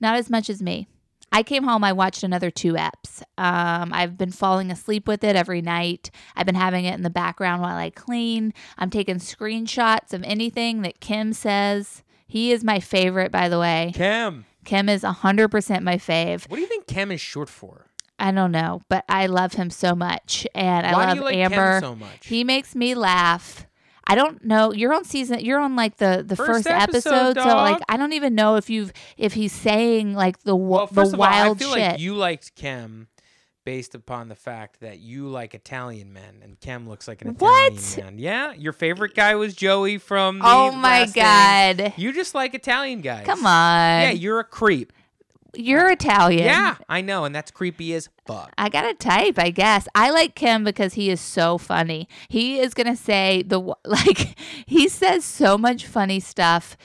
Speaker 2: not as much as me. I came home, I watched another two eps. Um, I've been falling asleep with it every night. I've been having it in the background while I clean. I'm taking screenshots of anything that Kim says. He is my favorite, by the way.
Speaker 1: Kim.
Speaker 2: Kim is 100% my fave.
Speaker 1: What do you think Kim is short for?
Speaker 2: I don't know, but I love him so much. And I
Speaker 1: Why
Speaker 2: love
Speaker 1: do you like
Speaker 2: Amber.
Speaker 1: Kim so much?
Speaker 2: He makes me laugh. I don't know. You're on season. You're on like the the
Speaker 1: First
Speaker 2: first,
Speaker 1: episode,
Speaker 2: episode, so like
Speaker 1: dog.
Speaker 2: I don't even know if you've if he's saying like the
Speaker 1: well,
Speaker 2: wa-
Speaker 1: first
Speaker 2: the
Speaker 1: of
Speaker 2: wild
Speaker 1: all, I feel
Speaker 2: shit.
Speaker 1: like you liked Kim based upon the fact that you like Italian men, and Kim looks like an Italian
Speaker 2: What?
Speaker 1: man. Yeah, your favorite guy was Joey from. The
Speaker 2: oh my
Speaker 1: last name.
Speaker 2: god!
Speaker 1: You just like Italian guys.
Speaker 2: Come on,
Speaker 1: Yeah, you're a creep.
Speaker 2: you're Italian.
Speaker 1: Yeah, I know, and that's creepy as fuck.
Speaker 2: I got a type, I guess. I like Kim because he is so funny. He is gonna say the w- like he says so much funny stuff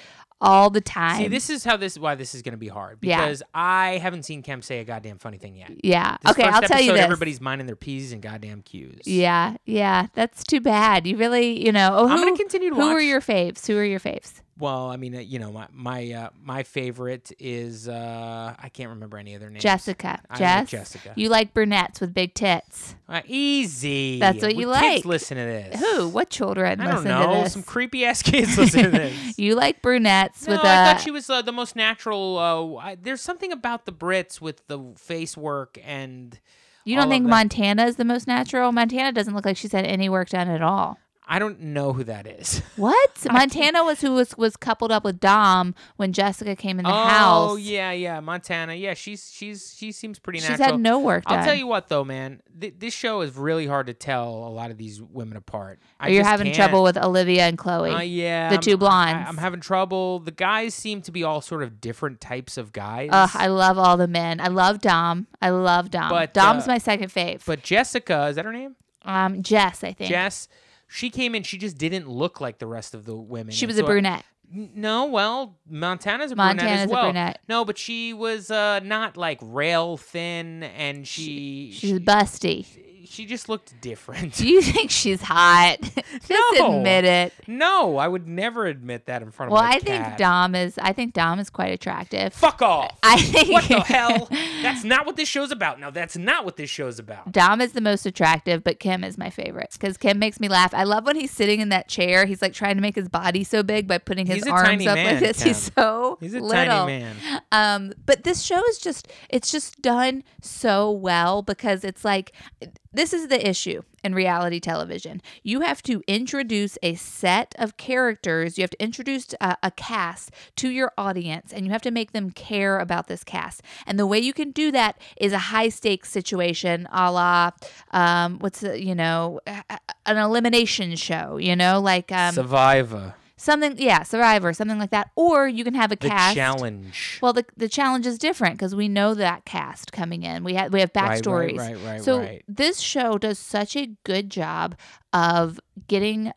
Speaker 2: all the time.
Speaker 1: See, this is how this why this is going to be hard
Speaker 2: Yeah.
Speaker 1: because I haven't seen Kim say a goddamn funny thing yet.
Speaker 2: yeah.
Speaker 1: This
Speaker 2: okay,
Speaker 1: first
Speaker 2: I'll tell you
Speaker 1: episode,
Speaker 2: this.
Speaker 1: Everybody's minding their p's and goddamn q's.
Speaker 2: yeah, yeah. That's too bad. You really, you know. Oh, who,
Speaker 1: I'm gonna continue to
Speaker 2: who are
Speaker 1: watch.
Speaker 2: your faves? Who are your faves?
Speaker 1: Well, I mean, uh, you know, my my uh, my favorite is uh I can't remember any other names.
Speaker 2: Jessica.
Speaker 1: I
Speaker 2: Jess.
Speaker 1: like Jessica.
Speaker 2: You like brunettes with big tits.
Speaker 1: Uh, easy.
Speaker 2: That's what you
Speaker 1: Would kids
Speaker 2: like.
Speaker 1: Listen to this.
Speaker 2: Who? What children
Speaker 1: I don't
Speaker 2: listen
Speaker 1: know.
Speaker 2: to this?
Speaker 1: Some creepy ass kids listen to this.
Speaker 2: you like brunettes
Speaker 1: No,
Speaker 2: with a.
Speaker 1: I thought she was uh, the most natural. Uh, I, there's something about the Brits with the face work and
Speaker 2: you
Speaker 1: all
Speaker 2: don't
Speaker 1: of
Speaker 2: think
Speaker 1: that.
Speaker 2: Montana is the most natural? Montana doesn't look like she's had any work done at all.
Speaker 1: I don't know who that is.
Speaker 2: What? Montana was who was was coupled up with Dom when Jessica came in the
Speaker 1: oh
Speaker 2: house.
Speaker 1: yeah, yeah, Montana. Yeah, she's she's she seems pretty
Speaker 2: She's
Speaker 1: natural.
Speaker 2: had no work done.
Speaker 1: I'll tell you what though, man. Th- this show is really hard to tell a lot of these women apart. I
Speaker 2: You're
Speaker 1: just
Speaker 2: having
Speaker 1: can't.
Speaker 2: trouble with Olivia and Chloe.
Speaker 1: Uh, yeah,
Speaker 2: the
Speaker 1: I'm-
Speaker 2: two blondes.
Speaker 1: I, am having trouble. The guys seem to be all sort of different types of guys.
Speaker 2: Ugh, I love all the men. I love Dom. I love Dom.
Speaker 1: But,
Speaker 2: Dom's
Speaker 1: uh,
Speaker 2: my second fave.
Speaker 1: but Jessica, is that her name?
Speaker 2: um, Jess, I think.
Speaker 1: Jess. She came in. She just didn't look like the rest of the women.
Speaker 2: she
Speaker 1: and
Speaker 2: was a
Speaker 1: so I-
Speaker 2: brunette.
Speaker 1: N- No, well, Montana's a brunette as
Speaker 2: Montana's a
Speaker 1: well.
Speaker 2: brunette.
Speaker 1: No, but she was uh, not like rail thin, and she
Speaker 2: She's busty.
Speaker 1: she, she just looked different.
Speaker 2: Do you think she's hot? Just
Speaker 1: No.
Speaker 2: admit it.
Speaker 1: No, I would never admit that in front of
Speaker 2: Well,
Speaker 1: my
Speaker 2: I
Speaker 1: cat.
Speaker 2: think Dom is. I think Dom is quite attractive.
Speaker 1: Fuck off.
Speaker 2: I think
Speaker 1: what the hell? That's not what this show's about. No, that's not what this show's about.
Speaker 2: Dom is the most attractive, but Kim is my favorite because Kim makes me laugh. I love when he's sitting in that chair. He's like trying to make his body so big by putting his
Speaker 1: He's a
Speaker 2: arms
Speaker 1: tiny
Speaker 2: up
Speaker 1: man,
Speaker 2: like this. He's
Speaker 1: Kim.
Speaker 2: so
Speaker 1: He's a
Speaker 2: little.
Speaker 1: tiny man.
Speaker 2: Um, but this show is just it's just done so well because it's like this is the issue in reality television. You have to introduce a set of characters, you have to introduce uh, a, a cast to your audience and you have to make them care about this cast. And the way you can do that is a high stakes situation, a la um, what's the, you know a- a- an elimination show, you know like um,
Speaker 1: Survivor.
Speaker 2: something yeah Survivor, something like that. Or you can have a
Speaker 1: The
Speaker 2: cast.
Speaker 1: challenge.
Speaker 2: Well, the, the challenge is different because we know that cast coming in. We have we have
Speaker 1: Right, right,
Speaker 2: backstories.
Speaker 1: right, right,
Speaker 2: so
Speaker 1: right.
Speaker 2: this show does such a good job of getting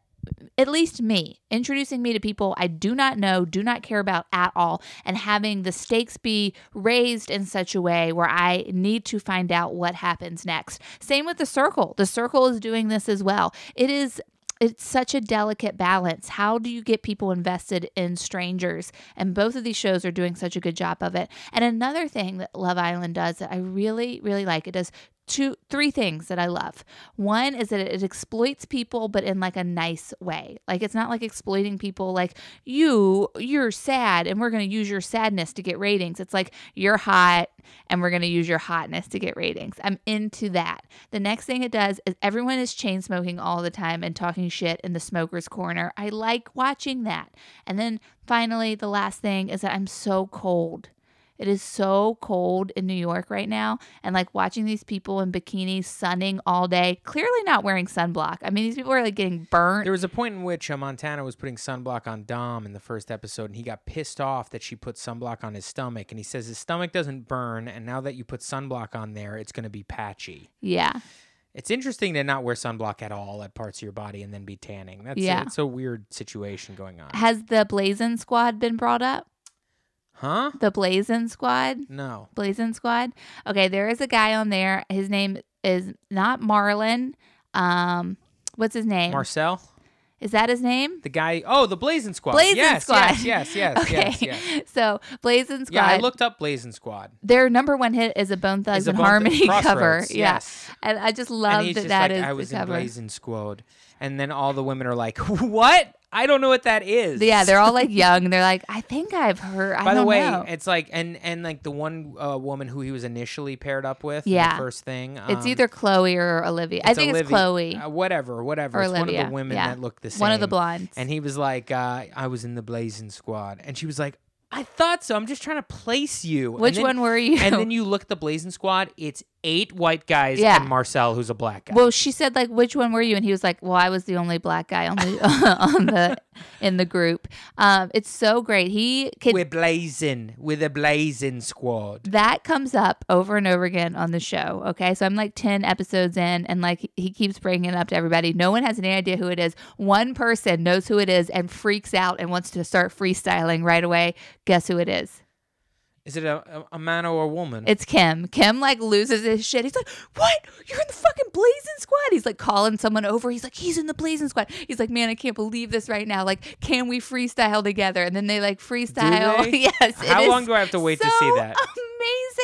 Speaker 2: at least me introducing me to people I do not know, do not care about at all, and having the stakes be raised in such a way where I need to find out what happens next. Same with the circle. The circle is doing this as well. It is it's such a delicate balance. How do you get people invested in strangers? And both of these shows are doing such a good job of it. And another thing that Love Island does that I really, really like, it does two three things that I love. One is that it exploits people but in like a nice way. Like it's not like exploiting people like you you're sad and we're going to use your sadness to get ratings. It's like you're hot and we're going to use your hotness to get ratings. I'm into that. The next thing it does is everyone is chain smoking all the time and talking shit in the smoker's corner. I like watching that. And then finally the last thing is that I'm so cold. It is so cold in New York right now. And like watching these people in bikinis sunning all day, clearly not wearing sunblock. I mean, these people are like getting burnt.
Speaker 1: There was a point in which uh, Montana was putting sunblock on Dom in the first episode, and he got pissed off that she put sunblock on his stomach. And he says his stomach doesn't burn, and now that you put sunblock on there, it's going to be patchy.
Speaker 2: yeah.
Speaker 1: It's interesting to not wear sunblock at all at parts of your body and then be tanning. That's
Speaker 2: Yeah.
Speaker 1: a, it's a weird situation going on.
Speaker 2: Has the Blazin Squad been brought up?
Speaker 1: Huh?
Speaker 2: The Blazin Squad?
Speaker 1: No.
Speaker 2: Blazin Squad? Okay, there is a guy on there. His name is not Marlon. Um, what's his name?
Speaker 1: Marcel,
Speaker 2: is that his name?
Speaker 1: the guy. Oh, the Blazing Squad.
Speaker 2: Blazin'
Speaker 1: yes,
Speaker 2: Squad.
Speaker 1: yes, yes, yes,
Speaker 2: okay.
Speaker 1: yes, yes.
Speaker 2: So Blazin Squad.
Speaker 1: Yeah, I looked up Blazing Squad.
Speaker 2: their number one hit is a Bone Thugs
Speaker 1: It's a
Speaker 2: and
Speaker 1: bump-
Speaker 2: Harmony cover.
Speaker 1: Crossroads,
Speaker 2: Yeah.
Speaker 1: Yes.
Speaker 2: And I just love
Speaker 1: and he's
Speaker 2: that
Speaker 1: just
Speaker 2: that
Speaker 1: like,
Speaker 2: is
Speaker 1: I was
Speaker 2: the
Speaker 1: in
Speaker 2: cover.
Speaker 1: Blazing Squad. And then all the women are like, what? I don't know what that is.
Speaker 2: yeah, they're all like young. They're like, I think I've heard. I
Speaker 1: By the
Speaker 2: don't
Speaker 1: way,
Speaker 2: know.
Speaker 1: it's like and and like the one uh, woman who he was initially paired up with. in
Speaker 2: Yeah.
Speaker 1: the first thing.
Speaker 2: it's
Speaker 1: um,
Speaker 2: either Chloe or Olivia. I
Speaker 1: it's
Speaker 2: think
Speaker 1: Olivia-
Speaker 2: it's Chloe.
Speaker 1: uh, whatever, whatever.
Speaker 2: Or
Speaker 1: it's one of
Speaker 2: Olivia,
Speaker 1: the women
Speaker 2: yeah.
Speaker 1: that looked the same.
Speaker 2: one of the blondes.
Speaker 1: And he was like, uh, I was in the Blazing Squad, and she was like, I thought so. I'm just trying to place you. And
Speaker 2: Which
Speaker 1: then-
Speaker 2: one were you?
Speaker 1: And then you look at the Blazing Squad. It's eight white guys
Speaker 2: Yeah.
Speaker 1: and Marcel, who's a black guy.
Speaker 2: Well, she said like, "Which one were you?" And he was like, "Well, I was the only black guy on the on the in the group." Um, it's so great. He can
Speaker 1: We're blazing. We're the Blazing Squad.
Speaker 2: that comes up over and over again on the show. Okay, so I'm like ten episodes in, and like he keeps bringing it up to everybody. No one has any idea who it is. One person knows who it is and freaks out and wants to start freestyling right away. Guess who it is?
Speaker 1: Is it a, a, a man or a woman?
Speaker 2: It's Kim. Kim like loses his shit. He's like, "What? You're in the fucking Blazing Squad?" He's like calling someone over. He's like, "He's in the Blazing Squad." He's like, "Man, I can't believe this right now. Like, can we freestyle together?" And then they like freestyle.
Speaker 1: they?
Speaker 2: yes. it
Speaker 1: How
Speaker 2: is
Speaker 1: long do I have to wait to see
Speaker 2: so
Speaker 1: that?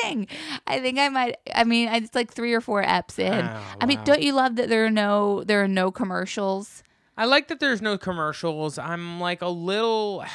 Speaker 2: Amazing. I think I might. I mean, it's like three or four eps in.
Speaker 1: Oh,
Speaker 2: I mean,
Speaker 1: wow.
Speaker 2: don't you love that there are no there are no commercials?
Speaker 1: I like that there's no commercials. I'm like a little.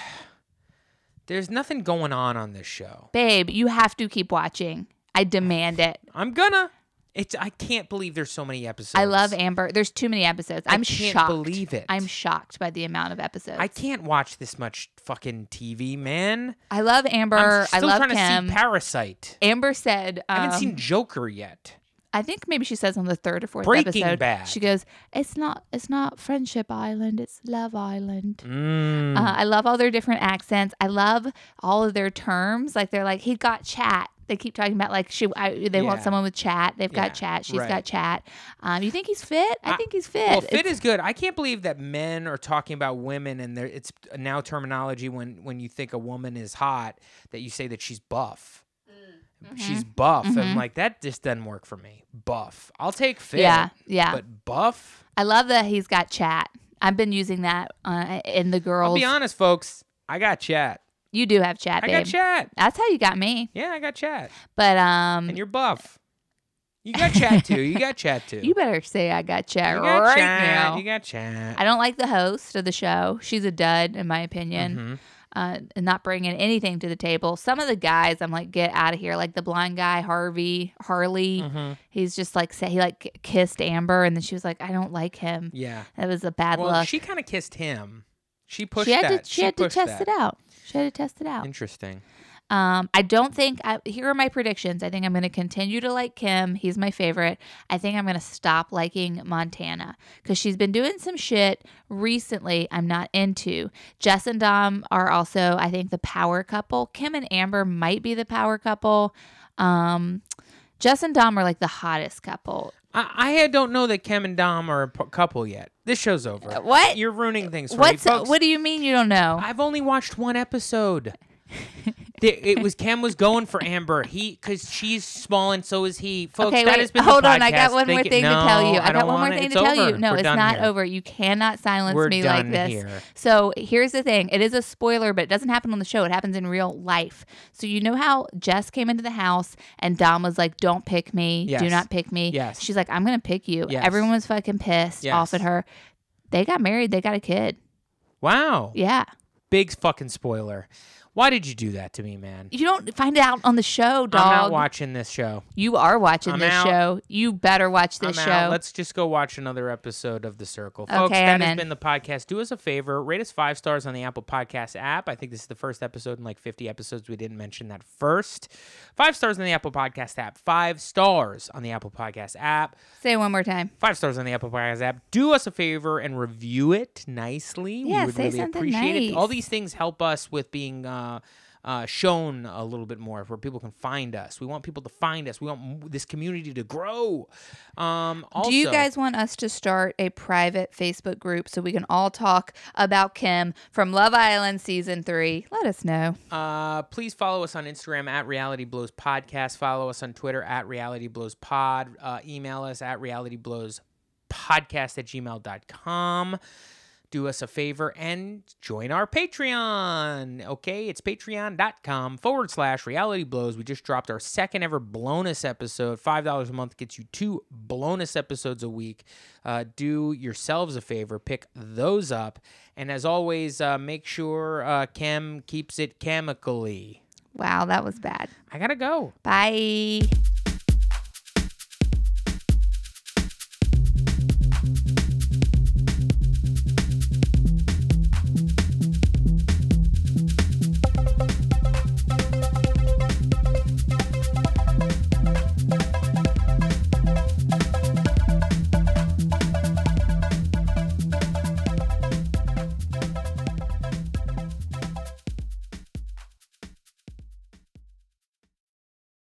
Speaker 1: There's nothing going on on this show.
Speaker 2: Babe, you have to keep watching. I demand it.
Speaker 1: I'm gonna. It's. I can't believe there's so many episodes.
Speaker 2: I love Amber. There's too many episodes.
Speaker 1: I
Speaker 2: I'm
Speaker 1: can't
Speaker 2: shocked.
Speaker 1: believe it.
Speaker 2: I'm shocked by the amount of episodes.
Speaker 1: I can't watch this much fucking TV, man.
Speaker 2: I love Amber.
Speaker 1: I'm
Speaker 2: I
Speaker 1: still
Speaker 2: love
Speaker 1: trying
Speaker 2: Kim.
Speaker 1: to see Parasite.
Speaker 2: Amber said,
Speaker 1: I haven't
Speaker 2: um,
Speaker 1: seen Joker yet.
Speaker 2: I think maybe she says on the third or fourth
Speaker 1: Breaking
Speaker 2: episode.
Speaker 1: Bad.
Speaker 2: She goes, "It's not, it's not Friendship Island. It's Love Island."
Speaker 1: Mm.
Speaker 2: Uh, I love all their different accents. I love all of their terms. Like they're like, "He got chat." They keep talking about like she. I, they want
Speaker 1: Yeah.
Speaker 2: someone with chat. They've
Speaker 1: Yeah,
Speaker 2: got chat. She's
Speaker 1: right.
Speaker 2: got chat. Um, you think he's fit? I,
Speaker 1: I-
Speaker 2: think he's fit.
Speaker 1: Well, fit
Speaker 2: It's-
Speaker 1: is good. I can't believe that men are talking about women, and there it's now terminology when when you think a woman is hot that you say that she's buff.
Speaker 2: Mm-hmm.
Speaker 1: She's buff, and like that just doesn't work for me. Buff, I'll take fit.
Speaker 2: yeah, yeah.
Speaker 1: but buff.
Speaker 2: I love that he's got chat. I've been using that uh, in the
Speaker 1: I'll
Speaker 2: girls.
Speaker 1: be honest, folks. I got chat.
Speaker 2: you do have chat,
Speaker 1: I
Speaker 2: babe.
Speaker 1: got chat.
Speaker 2: That's how you got me.
Speaker 1: Yeah, I got chat.
Speaker 2: But um,
Speaker 1: And you're buff. You got chat too. You got chat too.
Speaker 2: You better say I got chat
Speaker 1: You got
Speaker 2: right
Speaker 1: chat.
Speaker 2: now.
Speaker 1: You got chat.
Speaker 2: I don't like the host of the show. She's a dud, in my opinion,
Speaker 1: Mhm.
Speaker 2: uh, and not bringing anything to the table. Some of the guys, I'm like, get out of here. Like the blind guy, Harvey, Harley.
Speaker 1: Mhm.
Speaker 2: He's just like, say, he like kissed Amber, and then she was like, I don't like him.
Speaker 1: Yeah.
Speaker 2: That was a bad
Speaker 1: Well,
Speaker 2: look.
Speaker 1: she kind of kissed him. She pushed
Speaker 2: she had
Speaker 1: that.
Speaker 2: to, she, had to
Speaker 1: pushed
Speaker 2: test
Speaker 1: that.
Speaker 2: it out. She had to test it out.
Speaker 1: Interesting.
Speaker 2: Um, I don't think I, here are my predictions. I think I'm going to continue to like Kim. He's my favorite. I think I'm going to stop liking Montana because she's been doing some shit recently I'm not into. Jess and Dom are also, I think, the power couple. Kim and Amber might be the power couple. Um, Jess and Dom are like the hottest couple.
Speaker 1: I, I don't know that Kim and Dom are a p- couple yet. This show's over.
Speaker 2: Uh, what?
Speaker 1: You're ruining things for
Speaker 2: What's uh,
Speaker 1: me, folks.
Speaker 2: what do you mean you don't know?
Speaker 1: I've only watched one episode. The- it was Kim was going for Amber. He because she's small and so is he. Folks,
Speaker 2: okay,
Speaker 1: that
Speaker 2: wait,
Speaker 1: has been the
Speaker 2: hold on. I got
Speaker 1: podcast.
Speaker 2: one
Speaker 1: Thank
Speaker 2: more
Speaker 1: you-
Speaker 2: thing
Speaker 1: No,
Speaker 2: to tell you.
Speaker 1: I,
Speaker 2: I,
Speaker 1: don't
Speaker 2: got one
Speaker 1: want
Speaker 2: more
Speaker 1: it.
Speaker 2: thing
Speaker 1: It's
Speaker 2: to tell
Speaker 1: over.
Speaker 2: you. No,
Speaker 1: We're
Speaker 2: it's
Speaker 1: done
Speaker 2: not
Speaker 1: here.
Speaker 2: over. You cannot silence
Speaker 1: We're
Speaker 2: me
Speaker 1: done
Speaker 2: like this.
Speaker 1: here.
Speaker 2: So here's the thing. It is a spoiler, but it doesn't happen on the show. It happens in real life. So you know how Jess came into the house and Dom was like, "Don't pick me. Do
Speaker 1: Yes.
Speaker 2: not pick me."
Speaker 1: Yes.
Speaker 2: She's like, "I'm gonna pick you."
Speaker 1: Yes.
Speaker 2: Everyone was fucking pissed
Speaker 1: Yes.
Speaker 2: off at her. They got married. They got a kid.
Speaker 1: Wow,
Speaker 2: Yeah.
Speaker 1: big fucking spoiler. Why did you do that to me, man?
Speaker 2: You don't find it out on the show, dog.
Speaker 1: I'm not watching this show.
Speaker 2: you are watching
Speaker 1: I'm
Speaker 2: this
Speaker 1: out.
Speaker 2: show. You better watch
Speaker 1: I'm
Speaker 2: this show.
Speaker 1: out. Let's just go watch another episode of The Circle. Folks,
Speaker 2: Okay,
Speaker 1: that
Speaker 2: I'm
Speaker 1: has
Speaker 2: in.
Speaker 1: been the podcast. Do us a favor, rate us five stars on the Apple Podcast app. I think this is the first episode in like 50 episodes we didn't mention that first. Five stars on the Apple Podcast app. Five stars on the Apple Podcast app.
Speaker 2: Say it one more time.
Speaker 1: Five stars on the Apple Podcast app. Do us a favor and review it nicely.
Speaker 2: Yeah,
Speaker 1: we would
Speaker 2: say
Speaker 1: really
Speaker 2: something
Speaker 1: appreciate it.
Speaker 2: nice.
Speaker 1: All these things help us with being uh, uh, shown a little bit more, where people can find us. We want people to find us. We want m- this community to grow. Um, also,
Speaker 2: Do you guys want us to start a private Facebook group so we can all talk about Kim from Love Island season three? Let us know.
Speaker 1: Uh, please follow us on Instagram at Reality Blows Podcast. Follow us on Twitter at Reality Blows Pod. Uh, email us at Reality Blows Podcast at gmail.com. Do us a favor and join our Patreon. Okay, it's patreon.com forward slash reality blows. We just dropped our second ever bonus episode. $5 a month gets you two bonus episodes a week. Uh, do yourselves a favor, pick those up. And as always, uh, make sure uh, Chem keeps it chemically.
Speaker 2: Wow, that was bad.
Speaker 1: I gotta go.
Speaker 2: Bye.